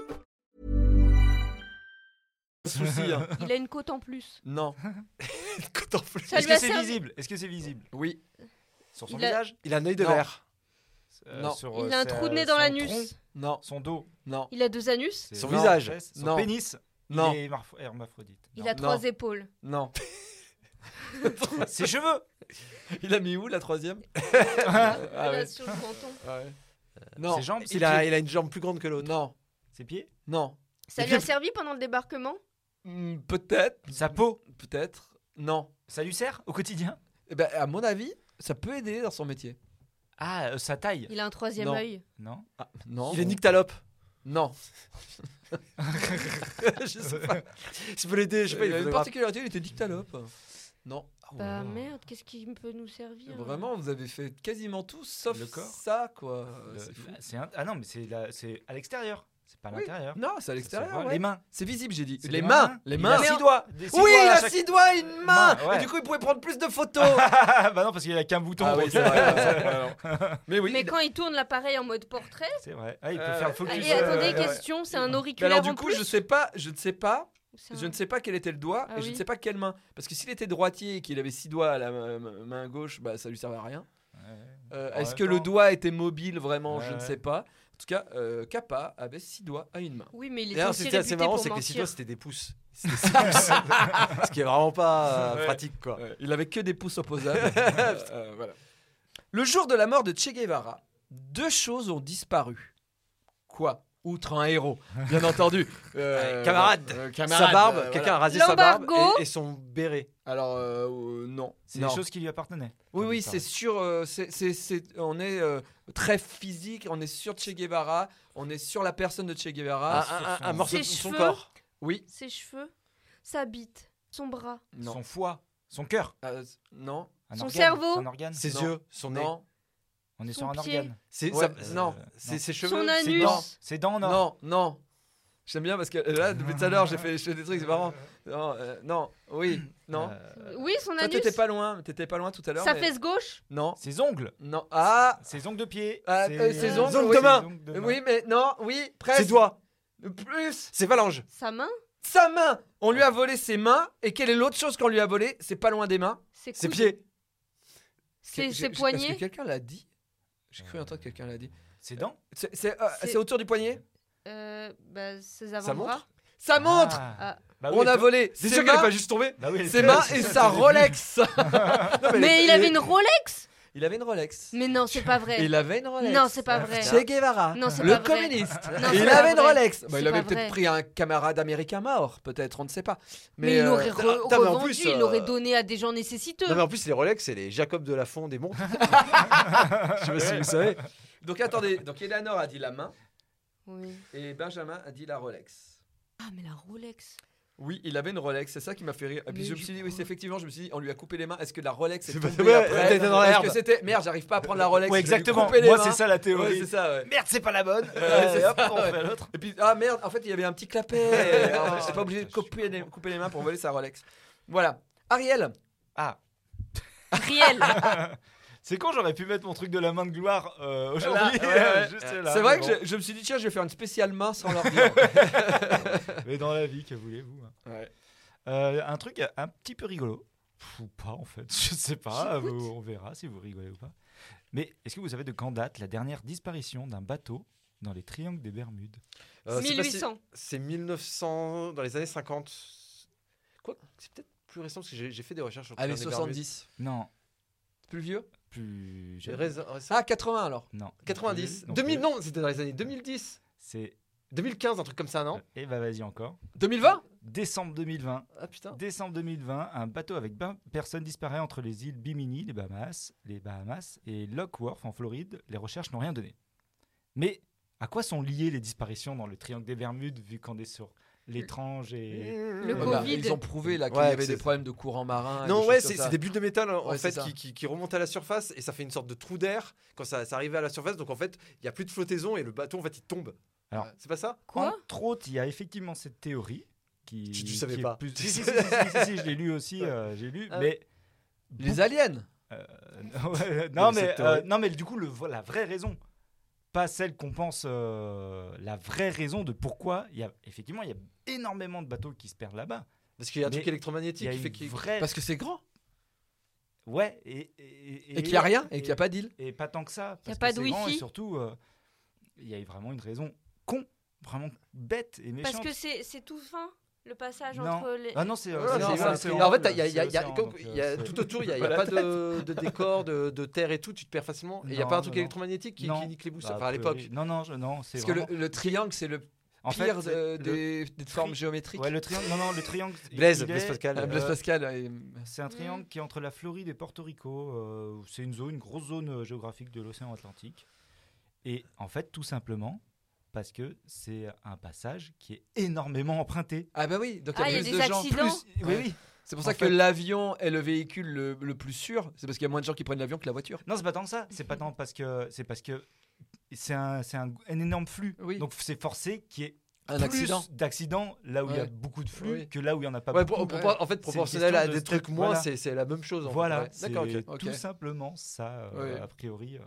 [SPEAKER 1] souci. hein.
[SPEAKER 4] Il a une côte en plus.
[SPEAKER 1] Non,
[SPEAKER 3] Écoute, en plus.
[SPEAKER 4] Ça
[SPEAKER 2] Est-ce
[SPEAKER 4] lui a
[SPEAKER 2] que c'est
[SPEAKER 4] servi.
[SPEAKER 2] visible Est-ce que c'est visible
[SPEAKER 1] oui,
[SPEAKER 2] Sur son
[SPEAKER 4] Il a-
[SPEAKER 2] visage
[SPEAKER 3] Il a un œil de
[SPEAKER 1] Non.
[SPEAKER 3] verre.
[SPEAKER 2] Euh,
[SPEAKER 1] Non.
[SPEAKER 2] sur, euh,
[SPEAKER 4] Il a un
[SPEAKER 2] sa-
[SPEAKER 4] trou de nez dans
[SPEAKER 2] son
[SPEAKER 4] l'anus.
[SPEAKER 2] tronc,
[SPEAKER 1] non,
[SPEAKER 2] Son dos.
[SPEAKER 1] non,
[SPEAKER 4] Il a deux anus.
[SPEAKER 2] ses
[SPEAKER 3] Son
[SPEAKER 2] jambes,
[SPEAKER 3] visage.
[SPEAKER 2] ses fesses,
[SPEAKER 1] Non.
[SPEAKER 2] Son pénis.
[SPEAKER 1] non,
[SPEAKER 2] Il est hermaph- hermaphrodite.
[SPEAKER 4] Il
[SPEAKER 2] Non.
[SPEAKER 4] a trois
[SPEAKER 1] Non.
[SPEAKER 4] épaules.
[SPEAKER 1] non.
[SPEAKER 2] Ses cheveux.
[SPEAKER 1] Il a mis où la troisième
[SPEAKER 4] Il
[SPEAKER 1] [LAUGHS] Ah
[SPEAKER 4] a
[SPEAKER 1] ouais,
[SPEAKER 4] sur le menton.
[SPEAKER 1] ouais. Non,
[SPEAKER 2] Ses jambes. Ses
[SPEAKER 3] Il a,
[SPEAKER 2] pieds.
[SPEAKER 3] il a une jambe plus grande que l'autre.
[SPEAKER 1] non,
[SPEAKER 2] Ses pieds.
[SPEAKER 1] non.
[SPEAKER 4] Ça lui a servi pendant le débarquement
[SPEAKER 1] Hmm, Peut-être, Oh,
[SPEAKER 2] Sa peau.
[SPEAKER 1] peut-être, non.
[SPEAKER 2] Ça lui sert au quotidien.
[SPEAKER 1] Eh ben, à mon avis, ça peut aider dans son métier.
[SPEAKER 2] Ah, euh, sa taille.
[SPEAKER 4] Il a un troisième
[SPEAKER 1] Non.
[SPEAKER 4] œil.
[SPEAKER 1] [LAUGHS]
[SPEAKER 2] Non.
[SPEAKER 1] Ah, non.
[SPEAKER 3] Il est nyctalope.
[SPEAKER 1] Non.
[SPEAKER 3] je sais pas. Je peux l'aider, je sais pas.
[SPEAKER 1] il
[SPEAKER 3] Il
[SPEAKER 1] avait
[SPEAKER 3] est
[SPEAKER 1] une
[SPEAKER 3] photographe.
[SPEAKER 1] particularité, il était dictalope. Ah Non.
[SPEAKER 4] Bah merde, qu'est-ce qui peut nous servir hein
[SPEAKER 1] Vraiment, vous avez fait quasiment tout sauf
[SPEAKER 2] Le corps.
[SPEAKER 1] ça, quoi.
[SPEAKER 2] Euh,
[SPEAKER 1] Euh, c'est fou.
[SPEAKER 2] [LAUGHS] c'est un- Ah non, mais c'est la- c'est à l'extérieur. C'est pas à
[SPEAKER 1] Oui.
[SPEAKER 2] l'intérieur.
[SPEAKER 1] Non, c'est à
[SPEAKER 2] Ça se voit.
[SPEAKER 1] l'extérieur.
[SPEAKER 2] Les
[SPEAKER 1] ouais.
[SPEAKER 2] mains.
[SPEAKER 1] C'est visible, j'ai dit.
[SPEAKER 2] C'est
[SPEAKER 1] Les mains, les mains.
[SPEAKER 2] Il a six doigts. Des six
[SPEAKER 1] Oui,
[SPEAKER 2] doigts
[SPEAKER 1] il
[SPEAKER 2] à
[SPEAKER 1] a
[SPEAKER 2] chaque-
[SPEAKER 1] six doigts et une main.
[SPEAKER 2] Main, ouais.
[SPEAKER 1] Et du coup, il pouvait prendre plus de photos.
[SPEAKER 2] [LAUGHS] bah non, parce qu'il a qu'un bouton.
[SPEAKER 1] Ah oui,
[SPEAKER 2] donc,
[SPEAKER 1] c'est
[SPEAKER 2] euh,
[SPEAKER 1] [LAUGHS] vrai, Mais oui.
[SPEAKER 4] Mais
[SPEAKER 1] il-
[SPEAKER 4] quand il tourne l'appareil en mode portrait.
[SPEAKER 2] [LAUGHS] C'est vrai. Ah, il peut
[SPEAKER 1] Euh,
[SPEAKER 2] faire le focus.
[SPEAKER 4] Et
[SPEAKER 2] euh,
[SPEAKER 4] attendez,
[SPEAKER 2] ouais.
[SPEAKER 4] question, c'est un
[SPEAKER 1] Mais
[SPEAKER 4] auriculaire
[SPEAKER 1] alors du
[SPEAKER 4] en
[SPEAKER 1] coup,
[SPEAKER 4] plus
[SPEAKER 1] je sais pas, je ne sais pas,
[SPEAKER 4] C'est un-
[SPEAKER 1] je ne sais pas quel était le doigt
[SPEAKER 4] Ah
[SPEAKER 1] et je ne
[SPEAKER 4] oui.
[SPEAKER 1] sais pas quelle main. Parce que s'il était droitier et qu'il avait six doigts à la ma- ma- main gauche, bah ça lui servait à rien.
[SPEAKER 2] Ouais.
[SPEAKER 1] Euh,
[SPEAKER 2] En
[SPEAKER 1] Est-ce
[SPEAKER 2] même
[SPEAKER 1] que le
[SPEAKER 2] temps-
[SPEAKER 1] doigt était mobile vraiment Je
[SPEAKER 2] Ouais,
[SPEAKER 1] ne
[SPEAKER 2] ouais.
[SPEAKER 1] sais pas. En tout cas, euh, Kappa avait six doigts à une main.
[SPEAKER 4] Oui, mais il est
[SPEAKER 3] D'ailleurs,
[SPEAKER 4] aussi
[SPEAKER 3] c'était
[SPEAKER 4] réputé
[SPEAKER 3] assez marrant,
[SPEAKER 4] pour
[SPEAKER 3] c'est que les
[SPEAKER 4] mentir.
[SPEAKER 3] cidois, c'était des pouces. C'était six pouces.
[SPEAKER 4] [LAUGHS]
[SPEAKER 1] [LAUGHS]
[SPEAKER 3] Ce qui est vraiment pas euh,
[SPEAKER 1] Ouais.
[SPEAKER 3] pratique, quoi.
[SPEAKER 1] Ouais, il avait que des pouces [LAUGHS] opposables. Euh, euh, voilà. Le jour de la mort de Che Guevara, deux choses ont disparu. Quoi Outre un héros, bien [LAUGHS] entendu. Euh,
[SPEAKER 3] Ouais, camarade.
[SPEAKER 1] euh,
[SPEAKER 3] sa barbe,
[SPEAKER 1] euh,
[SPEAKER 3] quelqu'un
[SPEAKER 1] voilà.
[SPEAKER 3] a rasé sa barbe
[SPEAKER 4] L'embargo.
[SPEAKER 3] et, et son béret.
[SPEAKER 1] Alors, euh, euh, non.
[SPEAKER 2] C'est
[SPEAKER 1] Non.
[SPEAKER 2] des choses qui lui appartenaient.
[SPEAKER 1] Oui,
[SPEAKER 2] Comme
[SPEAKER 1] oui,
[SPEAKER 2] il
[SPEAKER 1] c'est
[SPEAKER 2] paraît.
[SPEAKER 1] sûr. euh, c'est- c'est- c'est- on est euh, très physique, on est sur Che Guevara, on est sur la personne de Che
[SPEAKER 3] Ah, Un,
[SPEAKER 1] Guevara.
[SPEAKER 3] un- un- un morceau
[SPEAKER 4] Ses
[SPEAKER 3] de son
[SPEAKER 4] cheveux.
[SPEAKER 3] corps.
[SPEAKER 1] Oui,
[SPEAKER 4] Ses cheveux, sa bite, son bras,
[SPEAKER 1] non.
[SPEAKER 2] Son foie, son cœur,
[SPEAKER 1] Euh, s- non,
[SPEAKER 2] un
[SPEAKER 4] Son
[SPEAKER 2] organe,
[SPEAKER 4] cerveau.
[SPEAKER 2] un organe.
[SPEAKER 3] Ses
[SPEAKER 1] Non.
[SPEAKER 3] yeux, son nez.
[SPEAKER 1] non,
[SPEAKER 2] On est
[SPEAKER 4] Son
[SPEAKER 2] sur un
[SPEAKER 4] pied.
[SPEAKER 2] organe. euh,
[SPEAKER 3] C'est-
[SPEAKER 1] Ouais,
[SPEAKER 3] ça-
[SPEAKER 1] non.
[SPEAKER 3] c'est ses cheveux.
[SPEAKER 4] son
[SPEAKER 3] c'est-
[SPEAKER 2] Ses dents.
[SPEAKER 4] anus.
[SPEAKER 2] Ses dents en or.
[SPEAKER 1] non, non. J'aime bien parce que euh, là, depuis tout à l'heure, j'ai fait, je fais des trucs, c'est marrant. Non, euh, non, [CLEARS THROAT] oui, non.
[SPEAKER 2] Euh,
[SPEAKER 4] Oui, son
[SPEAKER 1] Toi,
[SPEAKER 4] anus.
[SPEAKER 1] t'étais pas loin, mais t'étais pas loin tout à l'heure.
[SPEAKER 4] Sa
[SPEAKER 1] mais-
[SPEAKER 4] fesse gauche.
[SPEAKER 1] Non,
[SPEAKER 2] Ses ongles.
[SPEAKER 1] non. Ah,
[SPEAKER 2] Ses ongles de pied.
[SPEAKER 1] Ah, euh, ses ongles,
[SPEAKER 3] oui. de main.
[SPEAKER 2] ongles de main.
[SPEAKER 1] oui, mais non, oui, presque.
[SPEAKER 3] Ses doigts.
[SPEAKER 1] Plus.
[SPEAKER 3] Ses phalanges.
[SPEAKER 4] Sa main.
[SPEAKER 1] Sa main. On lui a volé ses mains. Et quelle est l'autre chose qu'on lui a volé C'est pas loin des mains.
[SPEAKER 4] Ses
[SPEAKER 3] Ses
[SPEAKER 4] coudes,
[SPEAKER 3] pieds.
[SPEAKER 4] Ses,
[SPEAKER 1] Que-
[SPEAKER 4] ses
[SPEAKER 1] j'ai- j'ai- Est-ce que
[SPEAKER 4] poignets.
[SPEAKER 1] quelqu'un l'a dit J'ai cru entendre que quelqu'un l'a dit.
[SPEAKER 2] Ses dents.
[SPEAKER 1] C'est- C'est euh,
[SPEAKER 4] C'est-
[SPEAKER 1] c'est autour du poignet
[SPEAKER 4] euh, bah, ses
[SPEAKER 3] Sa
[SPEAKER 4] avant-bras.
[SPEAKER 3] montre.
[SPEAKER 1] Ça montre
[SPEAKER 4] Ah.
[SPEAKER 2] Bah oui,
[SPEAKER 1] On
[SPEAKER 2] et
[SPEAKER 1] a
[SPEAKER 2] toi-
[SPEAKER 1] volé
[SPEAKER 3] C'est sûr qu'elle est
[SPEAKER 1] Sema,
[SPEAKER 3] pas juste tombée
[SPEAKER 2] Bah oui, et toi-
[SPEAKER 1] Sema et sa Rolex.
[SPEAKER 4] Mais il avait une Rolex
[SPEAKER 1] Il avait une Rolex.
[SPEAKER 4] Mais non, c'est pas vrai.
[SPEAKER 1] Il avait une Rolex.
[SPEAKER 4] Non, c'est pas vrai.
[SPEAKER 1] Che Guevara,
[SPEAKER 4] Non, c'est
[SPEAKER 1] le
[SPEAKER 4] pas vrai.
[SPEAKER 1] communiste.
[SPEAKER 4] Non, c'est
[SPEAKER 1] il
[SPEAKER 4] pas
[SPEAKER 1] avait une
[SPEAKER 4] vrai.
[SPEAKER 1] Rolex. Bah,
[SPEAKER 4] C'est
[SPEAKER 1] il avait
[SPEAKER 4] pas
[SPEAKER 1] peut-être
[SPEAKER 4] vrai.
[SPEAKER 1] [LAUGHS] pris un camarade américain mort, peut-être, on ne sait pas.
[SPEAKER 4] Mais, il
[SPEAKER 1] euh,
[SPEAKER 4] l'aurait
[SPEAKER 3] putain,
[SPEAKER 4] re-
[SPEAKER 3] mais en
[SPEAKER 4] revendu,
[SPEAKER 3] plus,
[SPEAKER 4] il l'aurait
[SPEAKER 3] euh,
[SPEAKER 4] donné à des gens nécessiteux.
[SPEAKER 3] Non mais en plus les Rolex c'est les Jacob de la Fond des montres. Je sais pas si vous savez.
[SPEAKER 1] Donc attendez, donc Eleanor a dit la main
[SPEAKER 4] Oui.
[SPEAKER 1] et Benjamin a dit [LAUGHS] la Rolex.
[SPEAKER 4] Ah, mais la Rolex.
[SPEAKER 1] Oui, il avait une Rolex, c'est ça qui m'a fait rire. Et puis
[SPEAKER 4] Mais
[SPEAKER 1] je me
[SPEAKER 4] je
[SPEAKER 1] suis dit, oui, c'est effectivement, je me suis dit, on lui a coupé les mains. Est-ce que la Rolex est
[SPEAKER 3] C'est pas-
[SPEAKER 1] tombée
[SPEAKER 3] ouais,
[SPEAKER 1] après
[SPEAKER 3] elle était dans la
[SPEAKER 1] Est-ce que
[SPEAKER 3] herbe.
[SPEAKER 1] c'était merde, j'arrive pas à prendre la Rolex.
[SPEAKER 2] Ouais,
[SPEAKER 1] je vais lui
[SPEAKER 2] exactement.
[SPEAKER 1] couper les
[SPEAKER 2] Moi,
[SPEAKER 1] mains.
[SPEAKER 2] c'est ça la
[SPEAKER 1] Ouais,
[SPEAKER 2] théorie.
[SPEAKER 1] c'est ça. ouais.
[SPEAKER 2] Merde, c'est pas la bonne.
[SPEAKER 1] Ouais, c'est
[SPEAKER 2] Euh, hop,
[SPEAKER 1] ça,
[SPEAKER 2] on
[SPEAKER 1] ouais.
[SPEAKER 2] fait l'autre.
[SPEAKER 1] Et puis ah merde, en fait, il y avait un petit clapet.
[SPEAKER 2] [LAUGHS]
[SPEAKER 1] Alors, J'étais pas obligé de couper les, couper les mains pour voler sa Rolex. Voilà. Ariel,
[SPEAKER 2] Ah,
[SPEAKER 4] Riel.
[SPEAKER 2] c'est con, j'aurais pu mettre mon truc de la main de gloire euh, aujourd'hui.
[SPEAKER 1] Là,
[SPEAKER 2] [LAUGHS]
[SPEAKER 1] ouais, ouais.
[SPEAKER 2] Juste là,
[SPEAKER 1] c'est vrai
[SPEAKER 2] mais
[SPEAKER 1] que
[SPEAKER 2] bon.
[SPEAKER 1] je, je me suis dit tiens, je vais faire une spéciale main sans leur
[SPEAKER 2] [LAUGHS]
[SPEAKER 1] dire.
[SPEAKER 2] Mais dans la vie, que voulez-vous hein.
[SPEAKER 1] Ouais.
[SPEAKER 2] Euh, Un truc un petit peu rigolo. Pff, Ou pas, en fait. [LAUGHS] Je sais pas. vous- on verra si vous rigolez ou pas. Mais est-ce que vous savez de quand date la dernière disparition d'un bateau dans les triangles des Bermudes
[SPEAKER 3] Euh, c'est pas si-
[SPEAKER 4] 1800.
[SPEAKER 3] C'est 1900 dans les années 50. Quoi C'est peut-être plus récent parce que j'ai j'ai fait des recherches sur le
[SPEAKER 1] Allez,
[SPEAKER 3] terrain des Bermudes.
[SPEAKER 1] 70.
[SPEAKER 2] Non,
[SPEAKER 1] Plus vieux
[SPEAKER 2] plus.
[SPEAKER 3] J'ai
[SPEAKER 2] jeune.
[SPEAKER 3] raison- récent.
[SPEAKER 1] Ah, 80 alors.
[SPEAKER 2] Non.
[SPEAKER 3] 90.
[SPEAKER 2] plus, non
[SPEAKER 3] 2000
[SPEAKER 2] plus.
[SPEAKER 3] non, c'était dans les années 2010.
[SPEAKER 2] C'est.
[SPEAKER 3] 2015 un truc comme ça non
[SPEAKER 2] Et bah vas-y encore.
[SPEAKER 1] 2020
[SPEAKER 2] Décembre 2020.
[SPEAKER 3] Ah putain.
[SPEAKER 2] Décembre 2020, un bateau avec 20 personnes disparaît entre les îles Bimini, les Bahamas, les Bahamas et Lock Wharf en Floride. Les recherches n'ont rien donné. Mais à quoi sont liées les disparitions dans le triangle des Bermudes vu qu'on est sur l'étrange et
[SPEAKER 4] Le
[SPEAKER 1] Ouais, bah,
[SPEAKER 4] Covid.
[SPEAKER 1] Ils ont prouvé là qu'il
[SPEAKER 3] Ouais,
[SPEAKER 1] y avait
[SPEAKER 3] c'est-
[SPEAKER 1] des problèmes de courant marin. et Ah, des
[SPEAKER 3] Non,
[SPEAKER 1] choses
[SPEAKER 3] ouais,
[SPEAKER 1] comme
[SPEAKER 3] c'est
[SPEAKER 1] ça.
[SPEAKER 3] c'est des bulles de métal en
[SPEAKER 1] Ouais, c'est
[SPEAKER 3] fait
[SPEAKER 1] ça.
[SPEAKER 3] qui, qui- qui remontent à la surface et ça fait une sorte de trou d'air quand ça, ça arrive à la surface. Donc en fait, il n'y a plus de flottaison et le bateau en fait il tombe.
[SPEAKER 2] Alors-
[SPEAKER 3] c'est pas ça
[SPEAKER 4] Quoi
[SPEAKER 2] Entre autres, il y a effectivement cette théorie qui.
[SPEAKER 3] Tu- tu
[SPEAKER 2] qui
[SPEAKER 3] savais
[SPEAKER 2] est
[SPEAKER 3] pas.
[SPEAKER 2] plus- [LAUGHS] Si, si, si, si, si, si, je l'ai lu aussi, euh, j'ai lu,
[SPEAKER 3] Ah.
[SPEAKER 2] mais.
[SPEAKER 1] Les aliens
[SPEAKER 2] Euh, [LAUGHS] Ouais, non,
[SPEAKER 3] cette
[SPEAKER 2] mais,
[SPEAKER 3] théorie.
[SPEAKER 2] euh, non, mais du coup, le, la vraie raison, pas celle qu'on pense, euh, la vraie raison de pourquoi il y a effectivement il y a énormément de bateaux qui se perdent là-bas.
[SPEAKER 3] Parce qu'il y a un
[SPEAKER 2] Mais
[SPEAKER 3] truc
[SPEAKER 2] Il y
[SPEAKER 3] électromagnétique
[SPEAKER 2] a
[SPEAKER 3] qui
[SPEAKER 2] une
[SPEAKER 3] fait qu'il
[SPEAKER 2] vraie.
[SPEAKER 1] Parce que c'est grand
[SPEAKER 2] Ouais, et. Et,
[SPEAKER 1] et qu'il n'y a rien et qu'il n'y a pas d'île.
[SPEAKER 2] Et pas tant que ça.
[SPEAKER 4] Il y a
[SPEAKER 2] parce
[SPEAKER 4] pas
[SPEAKER 2] que
[SPEAKER 4] de
[SPEAKER 2] c'est grand,
[SPEAKER 4] wifi.
[SPEAKER 2] Et surtout, euh, il y a vraiment une raison con, vraiment bête et méchante.
[SPEAKER 4] Parce que c'est c'est tout fin, le passage
[SPEAKER 2] Non.
[SPEAKER 4] entre les.
[SPEAKER 2] Ah non, c'est.
[SPEAKER 3] Ouais,
[SPEAKER 2] c'est-
[SPEAKER 3] c'est
[SPEAKER 2] c'est-
[SPEAKER 3] vrai.
[SPEAKER 2] c'est
[SPEAKER 3] Alors, en fait,
[SPEAKER 2] horrible,
[SPEAKER 3] il y a, il y a- il y a-
[SPEAKER 2] c'est
[SPEAKER 3] comme-
[SPEAKER 2] océan,
[SPEAKER 3] il y a-
[SPEAKER 2] donc, euh,
[SPEAKER 3] tout autour, il n'y a, il y a pas de, de décor, de, de terre et tout, tu te perds facilement. Et il n'y a
[SPEAKER 2] Non,
[SPEAKER 3] pas un truc
[SPEAKER 2] non, non.
[SPEAKER 3] électromagnétique qui,
[SPEAKER 2] Non.
[SPEAKER 3] qui nique les bouches,
[SPEAKER 2] Bah,
[SPEAKER 3] enfin à
[SPEAKER 2] a
[SPEAKER 3] l'époque.
[SPEAKER 2] priori- Non, non, je- non, c'est
[SPEAKER 1] Parce que le,
[SPEAKER 2] vraiment.
[SPEAKER 1] le triangle, c'est le pire
[SPEAKER 2] En fait,
[SPEAKER 1] euh,
[SPEAKER 2] le-
[SPEAKER 1] des, des formes géométriques.
[SPEAKER 2] Ouais, le triangle. Non, non, le triangle. il-
[SPEAKER 3] Blaise,
[SPEAKER 2] il
[SPEAKER 3] Blaise
[SPEAKER 2] est-
[SPEAKER 3] Pascal.
[SPEAKER 1] Ah, Blaise
[SPEAKER 2] euh,
[SPEAKER 1] Pascal, ouais, il-
[SPEAKER 2] C'est un triangle qui est entre la Floride et Porto Rico. euh, c'est une zone, une grosse zone euh, géographique de l'océan Atlantique. Et en fait, tout simplement parce que c'est un passage qui est énormément emprunté.
[SPEAKER 1] Ah bah oui, donc il
[SPEAKER 4] Ah,
[SPEAKER 1] y a
[SPEAKER 4] il y a
[SPEAKER 1] plus
[SPEAKER 4] des
[SPEAKER 1] de gens.
[SPEAKER 4] accidents.
[SPEAKER 1] Plus- oui, oui. C'est pour ça
[SPEAKER 2] En
[SPEAKER 1] que
[SPEAKER 2] fait-
[SPEAKER 1] l'avion est le véhicule le, le plus sûr. C'est parce qu'il y a moins de gens qui prennent l'avion que la voiture.
[SPEAKER 2] Non, c'est pas tant que ça. C'est pas tant parce que c'est parce que c'est un, c'est un, un énorme flux.
[SPEAKER 1] Oui.
[SPEAKER 2] Donc c'est forcé qu'il y ait
[SPEAKER 1] Un
[SPEAKER 2] plus
[SPEAKER 1] accident.
[SPEAKER 2] d'accidents là où il y a
[SPEAKER 1] Ouais.
[SPEAKER 2] beaucoup de flux
[SPEAKER 1] Oui.
[SPEAKER 2] que là où il y en a pas
[SPEAKER 3] Ouais,
[SPEAKER 2] beaucoup.
[SPEAKER 3] pour- pour- en fait,
[SPEAKER 2] question
[SPEAKER 3] proportionnel à
[SPEAKER 2] de
[SPEAKER 3] des
[SPEAKER 2] step,
[SPEAKER 3] trucs moins,
[SPEAKER 2] voilà.
[SPEAKER 3] c'est c'est la même chose. en fait,
[SPEAKER 2] Voilà,
[SPEAKER 3] ouais.
[SPEAKER 2] c'est
[SPEAKER 3] D'accord, ok.
[SPEAKER 2] tout
[SPEAKER 1] Ok.
[SPEAKER 2] simplement ça, euh,
[SPEAKER 1] Ouais.
[SPEAKER 2] a priori. euh.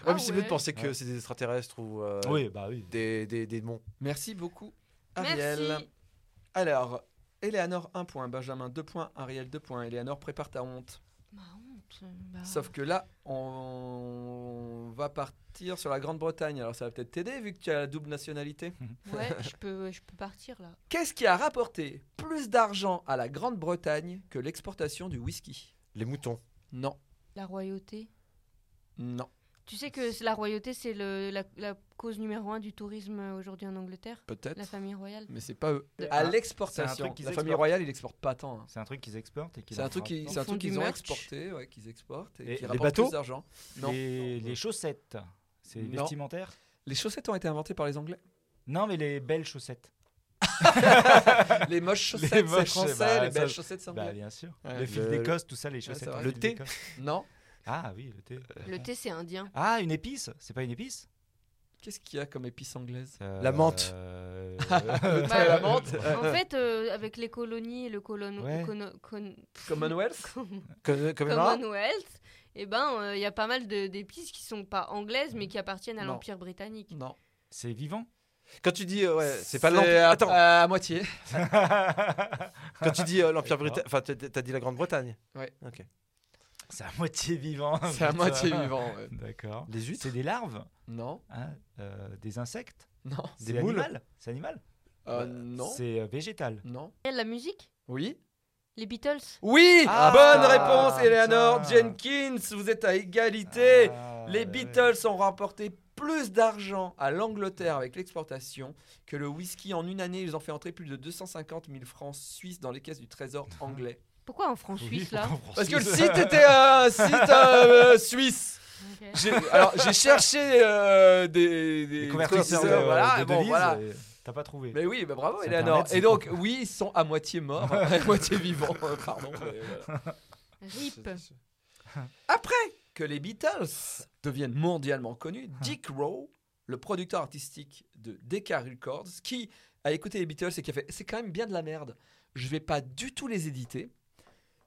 [SPEAKER 3] Ouais,
[SPEAKER 4] Ah
[SPEAKER 3] mais c'est mieux de
[SPEAKER 4] ouais.
[SPEAKER 3] penser que
[SPEAKER 2] Ouais.
[SPEAKER 3] c'est des extraterrestres ou euh,
[SPEAKER 2] Oui, bah oui.
[SPEAKER 3] des, des, des démons.
[SPEAKER 1] Merci beaucoup, Ariel.
[SPEAKER 4] Merci.
[SPEAKER 1] Alors, Eleanor 1 point, Benjamin 2 points, Ariel 2 points. Eleanor, prépare ta honte.
[SPEAKER 4] Ma honte. bah.
[SPEAKER 1] Sauf que là, on va partir sur la Grande-Bretagne. Alors ça va peut-être t'aider vu que tu as la double nationalité.
[SPEAKER 4] Bah, Ouais, je peux, je peux partir là.
[SPEAKER 1] Qu'est-ce qui a rapporté plus d'argent à la Grande-Bretagne que l'exportation du whisky
[SPEAKER 3] Les moutons.
[SPEAKER 1] Non,
[SPEAKER 4] La royauté.
[SPEAKER 1] non.
[SPEAKER 4] Tu sais que c'est- la royauté, c'est le- la, la cause numéro un du tourisme euh, aujourd'hui en Angleterre
[SPEAKER 1] Peut-être.
[SPEAKER 4] La famille royale
[SPEAKER 1] Mais c'est pas eux.
[SPEAKER 4] De-
[SPEAKER 1] À
[SPEAKER 2] Ah, c'est un
[SPEAKER 1] l'exportation.
[SPEAKER 2] truc qu'ils
[SPEAKER 1] La famille
[SPEAKER 2] exportent.
[SPEAKER 1] royale, ils n'exportent pas tant. hein.
[SPEAKER 2] C'est un truc qu'ils exportent et qu'ils
[SPEAKER 1] C'est un
[SPEAKER 2] en
[SPEAKER 1] truc qui-
[SPEAKER 2] rapportent.
[SPEAKER 1] c'est un
[SPEAKER 4] Ils font
[SPEAKER 1] truc
[SPEAKER 4] du
[SPEAKER 1] qu'ils ont
[SPEAKER 4] merch.
[SPEAKER 1] exporté, ouais, qu'ils exportent
[SPEAKER 2] Et
[SPEAKER 1] et, qui
[SPEAKER 2] les
[SPEAKER 1] rapportent plus
[SPEAKER 2] bateaux
[SPEAKER 1] d'argent. Non.
[SPEAKER 2] Les, les chaussettes, c'est
[SPEAKER 1] Non.
[SPEAKER 2] vestimentaire
[SPEAKER 1] Les chaussettes ont été inventées par les Anglais.
[SPEAKER 2] Non, mais les belles chaussettes.
[SPEAKER 1] [LAUGHS] les moches chaussettes,
[SPEAKER 2] Les
[SPEAKER 1] c'est
[SPEAKER 2] moches,
[SPEAKER 1] français.
[SPEAKER 2] bah,
[SPEAKER 1] les
[SPEAKER 2] ça-
[SPEAKER 1] belles chaussettes, c'est
[SPEAKER 2] Bah,
[SPEAKER 1] anglais.
[SPEAKER 2] bien sûr.
[SPEAKER 1] Ouais.
[SPEAKER 2] Le fil
[SPEAKER 3] Le-
[SPEAKER 2] d'Écosse, tout ça, les chaussettes.
[SPEAKER 1] c'est
[SPEAKER 2] en
[SPEAKER 1] vrai.
[SPEAKER 2] fil
[SPEAKER 3] Le thé.
[SPEAKER 2] d'Écosse.
[SPEAKER 1] Non.
[SPEAKER 2] Ah oui, le thé.
[SPEAKER 4] Le thé, c'est indien.
[SPEAKER 2] Ah, une épice C'est pas une épice
[SPEAKER 1] Qu'est-ce qu'il y a comme épice anglaise
[SPEAKER 3] La menthe.
[SPEAKER 2] euh,
[SPEAKER 1] [LAUGHS] Le thé et la menthe.
[SPEAKER 4] En fait, euh, avec les colonies et le colon...
[SPEAKER 2] Ouais.
[SPEAKER 4] cono- con-
[SPEAKER 1] Commonwealth.
[SPEAKER 3] Comme, euh, comme Emma
[SPEAKER 4] Commonwealth, eh ben, euh, il y a pas mal de- d'épices qui sont pas anglaises, mais qui appartiennent à
[SPEAKER 1] Non.
[SPEAKER 4] l'Empire britannique.
[SPEAKER 1] Non.
[SPEAKER 2] C'est vivant
[SPEAKER 3] Quand tu dis. euh, ouais, c'est pas
[SPEAKER 1] à-
[SPEAKER 3] l'Empire.
[SPEAKER 2] [LAUGHS]
[SPEAKER 3] Attends,
[SPEAKER 1] À, à [LAUGHS] moitié.
[SPEAKER 3] quand tu dis euh, l'Empire britannique. Enfin, t'as- t'as dit la Grande-Bretagne.
[SPEAKER 2] C'est à moitié vivant.
[SPEAKER 1] [LAUGHS] C'est à
[SPEAKER 2] putain.
[SPEAKER 1] moitié vivant. ouais.
[SPEAKER 2] D'accord.
[SPEAKER 3] Les huîtres
[SPEAKER 2] C'est des larves
[SPEAKER 1] Non.
[SPEAKER 2] hein, euh, Des insectes
[SPEAKER 1] Non.
[SPEAKER 3] Des
[SPEAKER 2] C'est
[SPEAKER 3] moules.
[SPEAKER 2] animal C'est animal
[SPEAKER 1] Euh,
[SPEAKER 2] Bah,
[SPEAKER 1] non.
[SPEAKER 2] C'est euh, végétal.
[SPEAKER 1] Non.
[SPEAKER 4] Et La musique
[SPEAKER 1] Oui.
[SPEAKER 4] Les Beatles
[SPEAKER 1] Oui
[SPEAKER 2] Ah,
[SPEAKER 1] Bonne
[SPEAKER 2] putain,
[SPEAKER 1] réponse, Eleanor
[SPEAKER 2] putain.
[SPEAKER 1] Jenkins. Vous êtes à égalité.
[SPEAKER 2] Ah,
[SPEAKER 1] Les
[SPEAKER 2] ouais,
[SPEAKER 1] Beatles ont rapporté plus d'argent à l'Angleterre avec l'exportation que le whisky. En une année, ils ont fait entrer plus de 250 000 francs suisses dans les caisses du trésor anglais.
[SPEAKER 4] Pourquoi en franc
[SPEAKER 2] ouais.
[SPEAKER 4] suisse
[SPEAKER 2] Oui,
[SPEAKER 4] là
[SPEAKER 2] en France.
[SPEAKER 1] Ah. Parce que le site était euh, un site euh, euh, suisse.
[SPEAKER 4] Ok.
[SPEAKER 1] J'ai- Alors, j'ai cherché euh, des, des
[SPEAKER 2] Les convertisseurs de,
[SPEAKER 1] voilà,
[SPEAKER 2] euh, de
[SPEAKER 1] bon,
[SPEAKER 2] devises,
[SPEAKER 1] voilà.
[SPEAKER 2] et T'as pas trouvé. [LAUGHS]
[SPEAKER 1] Mais oui, bah bravo,
[SPEAKER 2] C'est
[SPEAKER 1] Eleanor.
[SPEAKER 2] Internet, c'est
[SPEAKER 1] Et donc, oui, ils sont à moitié
[SPEAKER 2] [LAUGHS]
[SPEAKER 1] morts, à moitié vivants, euh, pardon. mais voilà.
[SPEAKER 4] Rip.
[SPEAKER 1] Après que les Beatles deviennent mondialement connus,
[SPEAKER 2] Ah.
[SPEAKER 1] Dick Rowe, le producteur artistique de Decca Records, qui a écouté les Beatles et qui a fait c'est quand même bien de la merde, je vais pas du tout les éditer.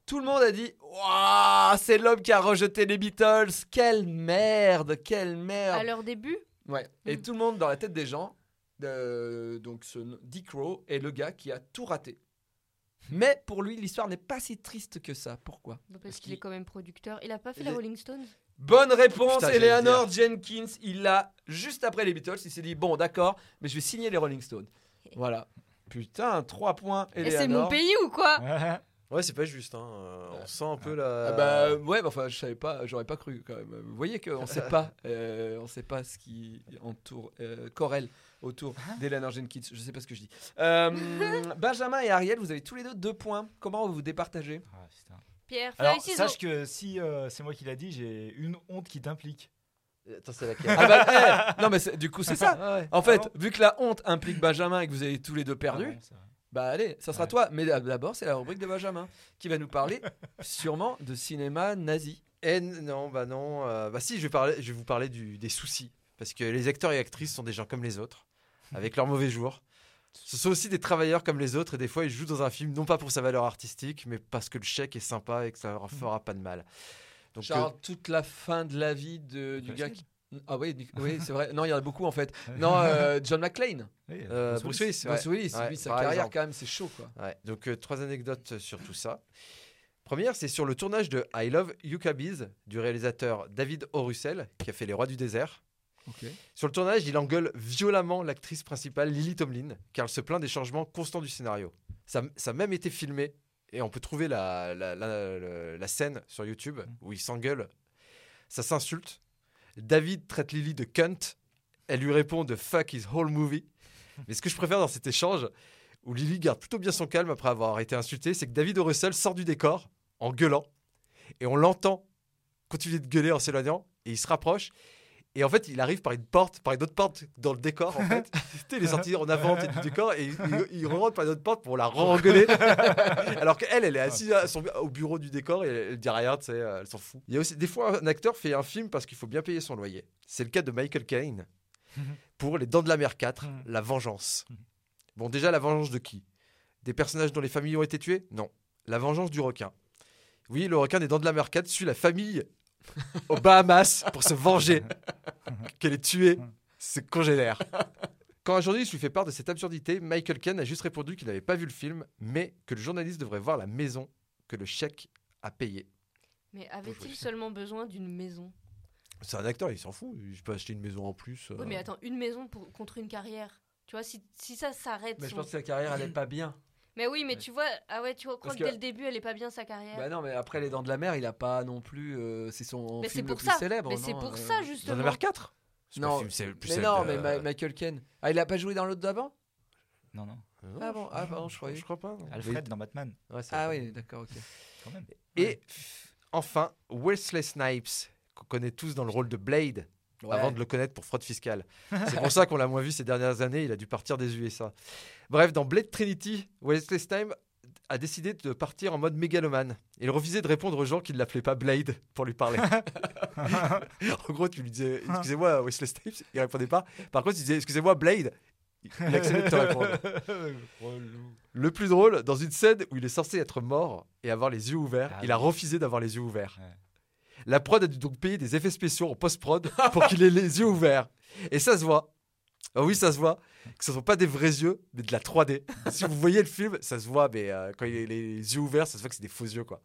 [SPEAKER 1] Tout le monde a dit Waouh, c'est l'homme qui a rejeté les Beatles, quelle merde, quelle merde.
[SPEAKER 4] À leur début
[SPEAKER 1] Ouais. Et
[SPEAKER 4] Mm.
[SPEAKER 1] tout le monde dans la tête des gens, euh, donc ce n- Dick Rowe est le gars qui a tout raté.
[SPEAKER 3] Hmm.
[SPEAKER 1] Mais pour lui, l'histoire n'est pas si triste que ça. Pourquoi
[SPEAKER 4] Bah, Parce
[SPEAKER 1] Parce
[SPEAKER 4] qu'il est
[SPEAKER 1] qu'il-
[SPEAKER 4] quand même producteur. Il a pas fait
[SPEAKER 1] Il
[SPEAKER 4] les
[SPEAKER 1] est-
[SPEAKER 4] Rolling Stones
[SPEAKER 1] Bonne réponse,
[SPEAKER 3] Putain, j'allais
[SPEAKER 1] Eleanor Jenkins. Il l'a juste après les Beatles. Il s'est dit bon, d'accord, mais je vais signer les Rolling Stones. Voilà. Putain, 3 points.
[SPEAKER 4] Et Eh, c'est
[SPEAKER 1] Eleanor.
[SPEAKER 4] mon pays ou quoi
[SPEAKER 2] Ouais.
[SPEAKER 3] Ouais, c'est pas juste. Hein. euh, on sent un peu la.
[SPEAKER 1] Ah bah
[SPEAKER 3] [LAUGHS]
[SPEAKER 1] ouais, bah, enfin je savais pas, j'aurais pas cru quand même. Vous voyez qu'on sait
[SPEAKER 3] [LAUGHS]
[SPEAKER 1] pas, euh, on sait pas ce qui entoure euh, Corel autour
[SPEAKER 3] Hein
[SPEAKER 1] d'Eleanor Jenkins. Je sais pas ce que je dis. Euh, Benjamin et Ariel, vous avez tous les deux deux points. Comment vous vous départagez
[SPEAKER 2] Ah, putain.
[SPEAKER 4] Pierre, feuille,
[SPEAKER 2] Alors,
[SPEAKER 4] ciseaux.
[SPEAKER 2] sache que si euh, c'est moi qui l'a dit, j'ai une honte qui t'implique.
[SPEAKER 3] Attends, c'est laquelle
[SPEAKER 1] Ah bah, [LAUGHS] eh, Non mais c'est- du coup c'est ça.
[SPEAKER 2] Ouais.
[SPEAKER 1] En fait,
[SPEAKER 2] Ah
[SPEAKER 1] vu que la honte implique Benjamin et que vous avez tous les deux
[SPEAKER 2] bon
[SPEAKER 1] perdu,
[SPEAKER 2] Ah bon, c'est vrai.
[SPEAKER 1] bah allez, ça sera
[SPEAKER 2] Ouais.
[SPEAKER 1] toi. Mais d'abord, c'est la rubrique de [LAUGHS] Benjamin qui va nous parler sûrement de cinéma nazi.
[SPEAKER 3] Eh, n- non, bah non. euh, bah si, je vais, parler, je vais vous parler du, des soucis. Parce que les acteurs et actrices sont des gens comme
[SPEAKER 1] [LAUGHS]
[SPEAKER 3] les autres, avec leurs mauvais jours. Ce sont aussi des travailleurs comme les autres, et des fois ils jouent dans un film non pas pour sa valeur artistique, mais parce que le chèque est sympa et que ça leur fera pas de mal. Donc, euh,
[SPEAKER 1] Charles, toute la fin de la vie de, du gars
[SPEAKER 2] Nicolas Cage.
[SPEAKER 1] qui. Ah oui, Nic- oui c'est vrai. Non, il y en a beaucoup en
[SPEAKER 3] [LAUGHS]
[SPEAKER 1] fait. Non, euh, John McClane.
[SPEAKER 2] Oui,
[SPEAKER 3] euh,
[SPEAKER 2] Bruce
[SPEAKER 3] Bruce
[SPEAKER 2] Willis.
[SPEAKER 3] Willis, ouais.
[SPEAKER 1] Bruce Willis,
[SPEAKER 3] Ouais,
[SPEAKER 1] lui, sa
[SPEAKER 3] par
[SPEAKER 1] carrière
[SPEAKER 3] exemple.
[SPEAKER 1] quand même, c'est chaud quoi.
[SPEAKER 3] Ouais, donc euh, trois anecdotes sur tout ça. Première, c'est sur le tournage de I Love Yuka Bees du réalisateur David O'Russell, qui a fait Les Rois du désert.
[SPEAKER 1] Ok.
[SPEAKER 3] Sur le tournage, il engueule violemment l'actrice principale Lily Tomlin, car elle se plaint des changements constants du scénario. Ça, ça a même été filmé, et on peut trouver la, la- la- la- la scène sur YouTube où il s'engueule. Ça s'insulte. David traite Lily de cunt. Elle lui répond de fuck his whole movie. Mais ce que je préfère dans cet échange, où Lily garde plutôt bien son calme après avoir été insultée, c'est que David Russell sort du décor en gueulant. Et on l'entend continuer de gueuler en s'éloignant. Et il se rapproche. Et en fait, il arrive par une porte, par une autre porte dans le décor. En fait, Tu sais, il est sorti en avant peut-être, du décor et il, il- il rentre par une autre porte pour la re-engueuler. Alors qu'elle, elle est assise à son- au bureau du décor et elle, elle dit rien, tu sais, euh, elle s'en fout. Il y a aussi des fois un acteur fait un film parce qu'il faut bien payer son loyer. C'est le cas de Michael Caine pour Les Dents de la Mer 4,
[SPEAKER 2] Mhm.
[SPEAKER 3] La Vengeance. Bon, déjà, la vengeance de qui Des personnages dont les familles ont été tuées Non. La vengeance du requin. Oui, le requin des Dents de la Mer 4 suit la famille aux Bahamas pour se venger qu'elle ait tué ses congénères. Quand un journaliste lui fait part de cette absurdité, Michael Ken a juste répondu qu'il n'avait pas vu le film, mais que le journaliste devrait voir la maison que le chèque a payée.
[SPEAKER 4] Mais avait-il seulement besoin d'une maison
[SPEAKER 3] C'est un acteur, il s'en fout. Il peut acheter une maison en plus. euh.
[SPEAKER 4] Oui, mais attends, une maison pour, contre une carrière. Tu vois, si, si ça s'arrête.
[SPEAKER 1] Mais je
[SPEAKER 4] son-
[SPEAKER 1] pense que sa carrière, elle est pas
[SPEAKER 4] [LAUGHS]
[SPEAKER 1] bien.
[SPEAKER 4] Mais oui, mais
[SPEAKER 1] Ouais.
[SPEAKER 4] tu vois, ah ouais, tu crois
[SPEAKER 1] Parce
[SPEAKER 4] que,
[SPEAKER 1] que-
[SPEAKER 4] dès le début, elle est pas bien sa carrière.
[SPEAKER 1] Bah non, mais après Les Dents de la Mer, il a pas non plus. euh, c'est son
[SPEAKER 4] mais c'est
[SPEAKER 1] film
[SPEAKER 4] pour
[SPEAKER 1] le
[SPEAKER 4] ça.
[SPEAKER 1] plus célèbre.
[SPEAKER 4] mais c'est
[SPEAKER 1] non,
[SPEAKER 4] pour
[SPEAKER 1] euh,
[SPEAKER 4] ça
[SPEAKER 3] Dans
[SPEAKER 4] justement.
[SPEAKER 3] la mer 4 C'est pas
[SPEAKER 1] Non,
[SPEAKER 3] le film, c'est le plus euh,
[SPEAKER 1] Mais
[SPEAKER 3] célèbre
[SPEAKER 1] non,
[SPEAKER 3] de-
[SPEAKER 1] mais Ma- Michael Ken. Ah, il a pas joué dans l'autre d'avant
[SPEAKER 2] Non, non.
[SPEAKER 3] Non,
[SPEAKER 1] Ah bon, ah bon, je
[SPEAKER 3] euh, je,
[SPEAKER 1] croyais.
[SPEAKER 3] je crois pas. non.
[SPEAKER 2] Alfred dans Batman,
[SPEAKER 3] Ouais, c'est
[SPEAKER 1] Ah
[SPEAKER 3] Alfred.
[SPEAKER 1] oui, d'accord, ok.
[SPEAKER 2] quand même.
[SPEAKER 3] Et f- enfin, Wesley Snipes, qu'on connaît tous dans le rôle de Blade, avant de le connaître pour fraude fiscale. C'est pour ça qu'on l'a moins vu ces dernières années, il a dû partir des USA. Bref, dans Blade Trinity, Wesley Snipes a décidé de partir en mode mégalomane. Il refusait de répondre aux gens qui ne l'appelaient pas Blade pour lui parler. en gros, tu lui disais excusez-moi Wesley Snipes, il répondait pas. Par contre, tu disais excusez-moi Blade. Il acceptait de te répondre.
[SPEAKER 2] [LAUGHS] Relou.
[SPEAKER 3] Le plus drôle, dans une scène où il est censé être mort et avoir les yeux ouverts,
[SPEAKER 2] Ah
[SPEAKER 3] il a
[SPEAKER 2] oui.
[SPEAKER 3] refusé d'avoir les yeux ouverts.
[SPEAKER 2] Ouais.
[SPEAKER 3] La prod a dû donc payer des effets spéciaux en post-prod [LAUGHS] pour qu'il ait les yeux ouverts. Et ça se voit. Ah oui, ça se voit. Que ce ne sont pas des vrais yeux, mais de la
[SPEAKER 2] [LAUGHS]
[SPEAKER 3] 3D. si vous voyez le film, ça se voit, mais euh, quand il a les yeux ouverts, ça se voit que c'est des faux yeux, quoi.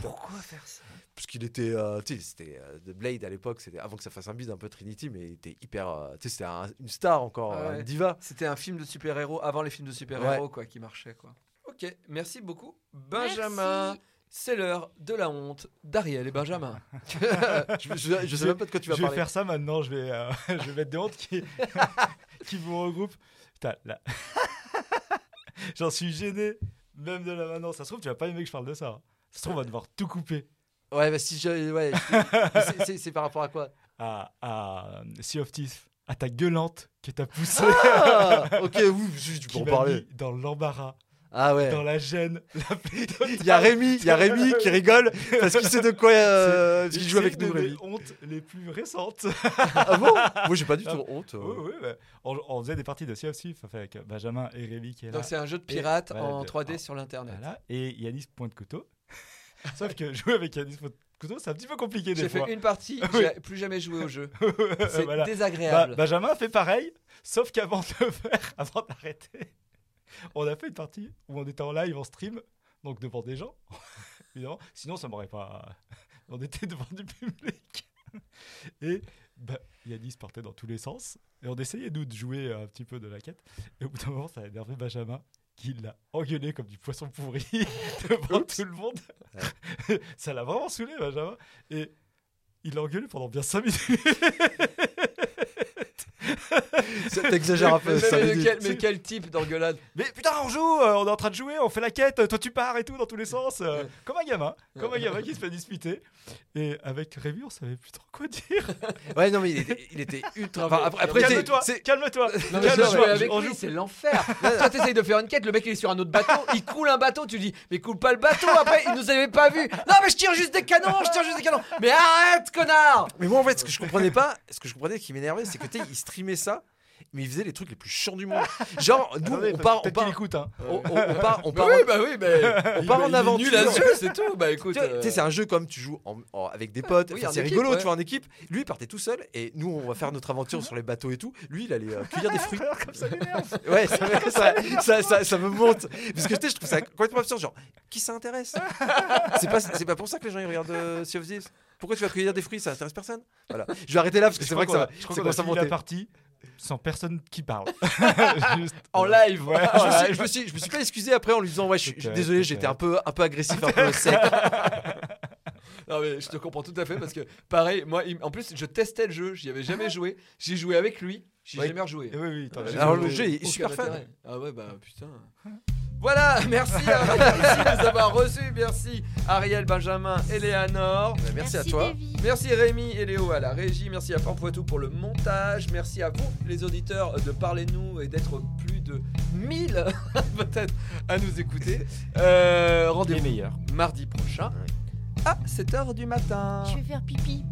[SPEAKER 3] Pourquoi faire ça Parce qu'il était. euh, tu sais, c'était euh, The Blade à l'époque, c'était avant que ça fasse un bide un peu Trinity, mais il était hyper. euh, tu sais, c'était un- une star encore, euh,
[SPEAKER 1] Ah ouais.
[SPEAKER 3] une diva.
[SPEAKER 1] C'était un film de super-héros avant les films de super-héros quoi qui marchaient quoi. OK, merci beaucoup Benjamin.
[SPEAKER 4] Merci.
[SPEAKER 1] C'est l'heure de la honte d'Ariel et
[SPEAKER 2] [LAUGHS]
[SPEAKER 1] Benjamin.
[SPEAKER 3] je, je- je sais même pas de quoi tu vas
[SPEAKER 2] je
[SPEAKER 3] parler.
[SPEAKER 2] vais faire ça maintenant. Je vais, euh, [LAUGHS] je vais mettre des hontes qui, [LAUGHS] qui vous regroupent. Putain, là. [LAUGHS] J'en suis gêné, même de la maintenant. Ça se trouve, tu vas pas aimer que je parle de ça. hein. Ça se trouve, on va devoir tout couper
[SPEAKER 3] Ouais, bah si je. Ouais, je-
[SPEAKER 2] [LAUGHS]
[SPEAKER 3] mais c'est- c'est- c'est par rapport à quoi
[SPEAKER 2] à, à euh, Sea of Thieves, à ta gueulante que t'as poussée,
[SPEAKER 3] Ah, Ok, oui, juste
[SPEAKER 2] qui
[SPEAKER 3] pour
[SPEAKER 2] m'a
[SPEAKER 3] parler.
[SPEAKER 2] mis dans l'embarras,
[SPEAKER 3] Ah ouais.
[SPEAKER 2] dans la gêne, [LAUGHS] la plus
[SPEAKER 3] Il y a
[SPEAKER 2] totale.
[SPEAKER 3] Rémi, il y a [LAUGHS] Rémi qui rigole parce qu'il sait de quoi. Euh, parce qu'il joue
[SPEAKER 2] C'est
[SPEAKER 3] avec
[SPEAKER 2] une
[SPEAKER 3] nous,
[SPEAKER 2] des
[SPEAKER 3] Rémi.
[SPEAKER 2] [LAUGHS] hontes les plus récentes.
[SPEAKER 3] Ah bon Moi, j'ai pas du tout honte. euh.
[SPEAKER 2] Oui, oui, bah, on, on faisait des parties de Sea of Thieves enfin, avec euh, Benjamin et Rémi qui est là.
[SPEAKER 1] Donc c'est un jeu de pirate
[SPEAKER 2] Et-
[SPEAKER 1] en
[SPEAKER 2] voilà, de-
[SPEAKER 1] 3D
[SPEAKER 2] en-
[SPEAKER 1] sur l'internet.
[SPEAKER 2] Voilà, et Yanis Pointe Couteau. [LAUGHS] Sauf que jouer avec Yanis Pointe Couteau, c'est un petit peu compliqué des
[SPEAKER 1] J'ai
[SPEAKER 2] fois.
[SPEAKER 1] fait une partie,
[SPEAKER 2] [LAUGHS]
[SPEAKER 1] j'ai plus jamais joué au jeu. C'est
[SPEAKER 2] Voilà.
[SPEAKER 1] désagréable.
[SPEAKER 2] Ba- Bah, Benjamin fait pareil, sauf qu'avant de [LAUGHS] le faire, avant d'arrêter, on a fait une partie où on était en live, en stream, donc devant des gens, [LAUGHS] évidemment. Sinon, ça m'aurait pas. [LAUGHS] On était devant du public. [LAUGHS] Et bah, Yanis partait dans tous les sens. Et on essayait, nous, de jouer un petit peu de la quête. Et au bout d'un moment, ça a énervé Benjamin, qui l'a engueulé comme du poisson pourri [LAUGHS] devant tout le monde. [LAUGHS] ça l'a vraiment saoulé, Benjamin. Et il l'a engueulé pendant bien 5 [LAUGHS] minutes.
[SPEAKER 3] Ça, T'exagères un peu.
[SPEAKER 2] bah,
[SPEAKER 3] [LAUGHS]
[SPEAKER 1] Mais,
[SPEAKER 3] ça
[SPEAKER 1] mais
[SPEAKER 3] veut dire-
[SPEAKER 1] quel, mais quel type d'engueulade
[SPEAKER 2] Mais putain, on joue, euh, on est en train de jouer, on fait la quête, euh, toi tu pars et tout dans tous les sens, euh, comme un gamin, comme un gamin qui se fait disputer. Et avec Rémi, on savait plus trop quoi dire.
[SPEAKER 3] Ouais, non, mais il était, il était ultra. enfin, après, après, c'est-
[SPEAKER 2] Calme-toi,
[SPEAKER 3] c'est-
[SPEAKER 2] calme-toi.
[SPEAKER 1] Non, mais
[SPEAKER 3] Quel
[SPEAKER 1] jouer
[SPEAKER 3] joueur
[SPEAKER 1] avec
[SPEAKER 2] on
[SPEAKER 1] lui,
[SPEAKER 2] joue-
[SPEAKER 1] c'est [LAUGHS] l'enfer. Toi, t'essayes de faire une quête, le mec il est sur un autre bateau, il coule un bateau, tu dis, mais coule pas le bateau après, il nous avait pas vu. Non, mais je tire juste des canons, je tire juste des canons. Mais arrête, connard
[SPEAKER 3] Mais moi, en fait, ce que [LAUGHS] je comprenais pas, ce que je comprenais qui m'énervait, c'est que tu sais, il streamait ça, mais il faisait les trucs les plus chiants du monde. Genre, nous,
[SPEAKER 2] Attendez,
[SPEAKER 3] on part, on
[SPEAKER 2] peut-être qu'il
[SPEAKER 3] part,
[SPEAKER 2] écoute, hein.
[SPEAKER 3] on, on- on part, on [LAUGHS] part.
[SPEAKER 1] oui, bah oui, mais.
[SPEAKER 3] On part en aventure.
[SPEAKER 1] Nul à ce jeu, c'est tout. Bah écoute.
[SPEAKER 3] Tu vois, tu sais, c'est
[SPEAKER 1] euh,
[SPEAKER 3] un jeu comme tu joues en- en- avec des potes,
[SPEAKER 1] Oui,
[SPEAKER 3] Enfin,
[SPEAKER 1] en
[SPEAKER 3] c'est
[SPEAKER 1] équipe,
[SPEAKER 3] rigolo,
[SPEAKER 1] ouais.
[SPEAKER 3] tu vois, en équipe. Lui, il partait tout seul et nous, on va faire notre aventure sur les bateaux et tout. Lui, il allait euh, cueillir des fruits.
[SPEAKER 2] [LAUGHS] Comme ça m'énerve.
[SPEAKER 3] [LAUGHS] Ouais,
[SPEAKER 2] [LAUGHS]
[SPEAKER 3] ça, me- ça, ça, ça- ça me monte. Parce que tu sais, je trouve ça complètement absurde. Genre, qui ça intéresse C'est pas, c'est pas pour ça que les gens ils regardent euh, Sea of Thieves. Pourquoi tu vas cueillir des fruits Ça intéresse personne Voilà. Je vais arrêter là parce que
[SPEAKER 2] Je
[SPEAKER 3] c'est
[SPEAKER 2] crois
[SPEAKER 3] vrai que ça
[SPEAKER 2] qu'on
[SPEAKER 3] va.
[SPEAKER 2] a- Je
[SPEAKER 3] C'est
[SPEAKER 2] crois qu'on a
[SPEAKER 3] commence à
[SPEAKER 2] fini la
[SPEAKER 3] monter.
[SPEAKER 2] partie sans personne qui parle. Juste-
[SPEAKER 1] En live, ouais.
[SPEAKER 3] Je me, suis, je, me suis, je me suis pas excusé après en lui disant Ouais, je suis, je suis
[SPEAKER 2] Peut-être,
[SPEAKER 3] désolé, j'étais un peu, un peu agressif, un peu sec.
[SPEAKER 1] [LAUGHS] Non mais je te comprends tout à fait parce que pareil, moi, il- en plus, je testais le jeu, j'y avais jamais joué, j'ai joué avec lui, j'ai
[SPEAKER 3] Oui.
[SPEAKER 1] jamais rejoué.
[SPEAKER 2] Eh Oui, oui, t'en as
[SPEAKER 1] J'ai
[SPEAKER 2] jamais
[SPEAKER 3] Alors, le
[SPEAKER 2] joué.
[SPEAKER 3] jeu est
[SPEAKER 1] Ah, aucun
[SPEAKER 3] super fun.
[SPEAKER 1] intérêt. Ah ouais, bah putain. Voilà, merci à
[SPEAKER 3] [LAUGHS]
[SPEAKER 1] merci de nous avoir reçus. Merci Ariel, Benjamin, Eleanor.
[SPEAKER 3] Eh ben, Merci, à toi.
[SPEAKER 4] Davy.
[SPEAKER 1] Merci Rémi et Léo à la régie, merci à Franck Poitou pour le montage, merci à vous les auditeurs de Parlez-nous et d'être plus de 1000 [LAUGHS] peut-être à nous écouter. Euh,
[SPEAKER 2] Les
[SPEAKER 1] Rendez-vous
[SPEAKER 2] meilleurs.
[SPEAKER 1] mardi prochain à 7h du matin.
[SPEAKER 4] Je vais faire pipi.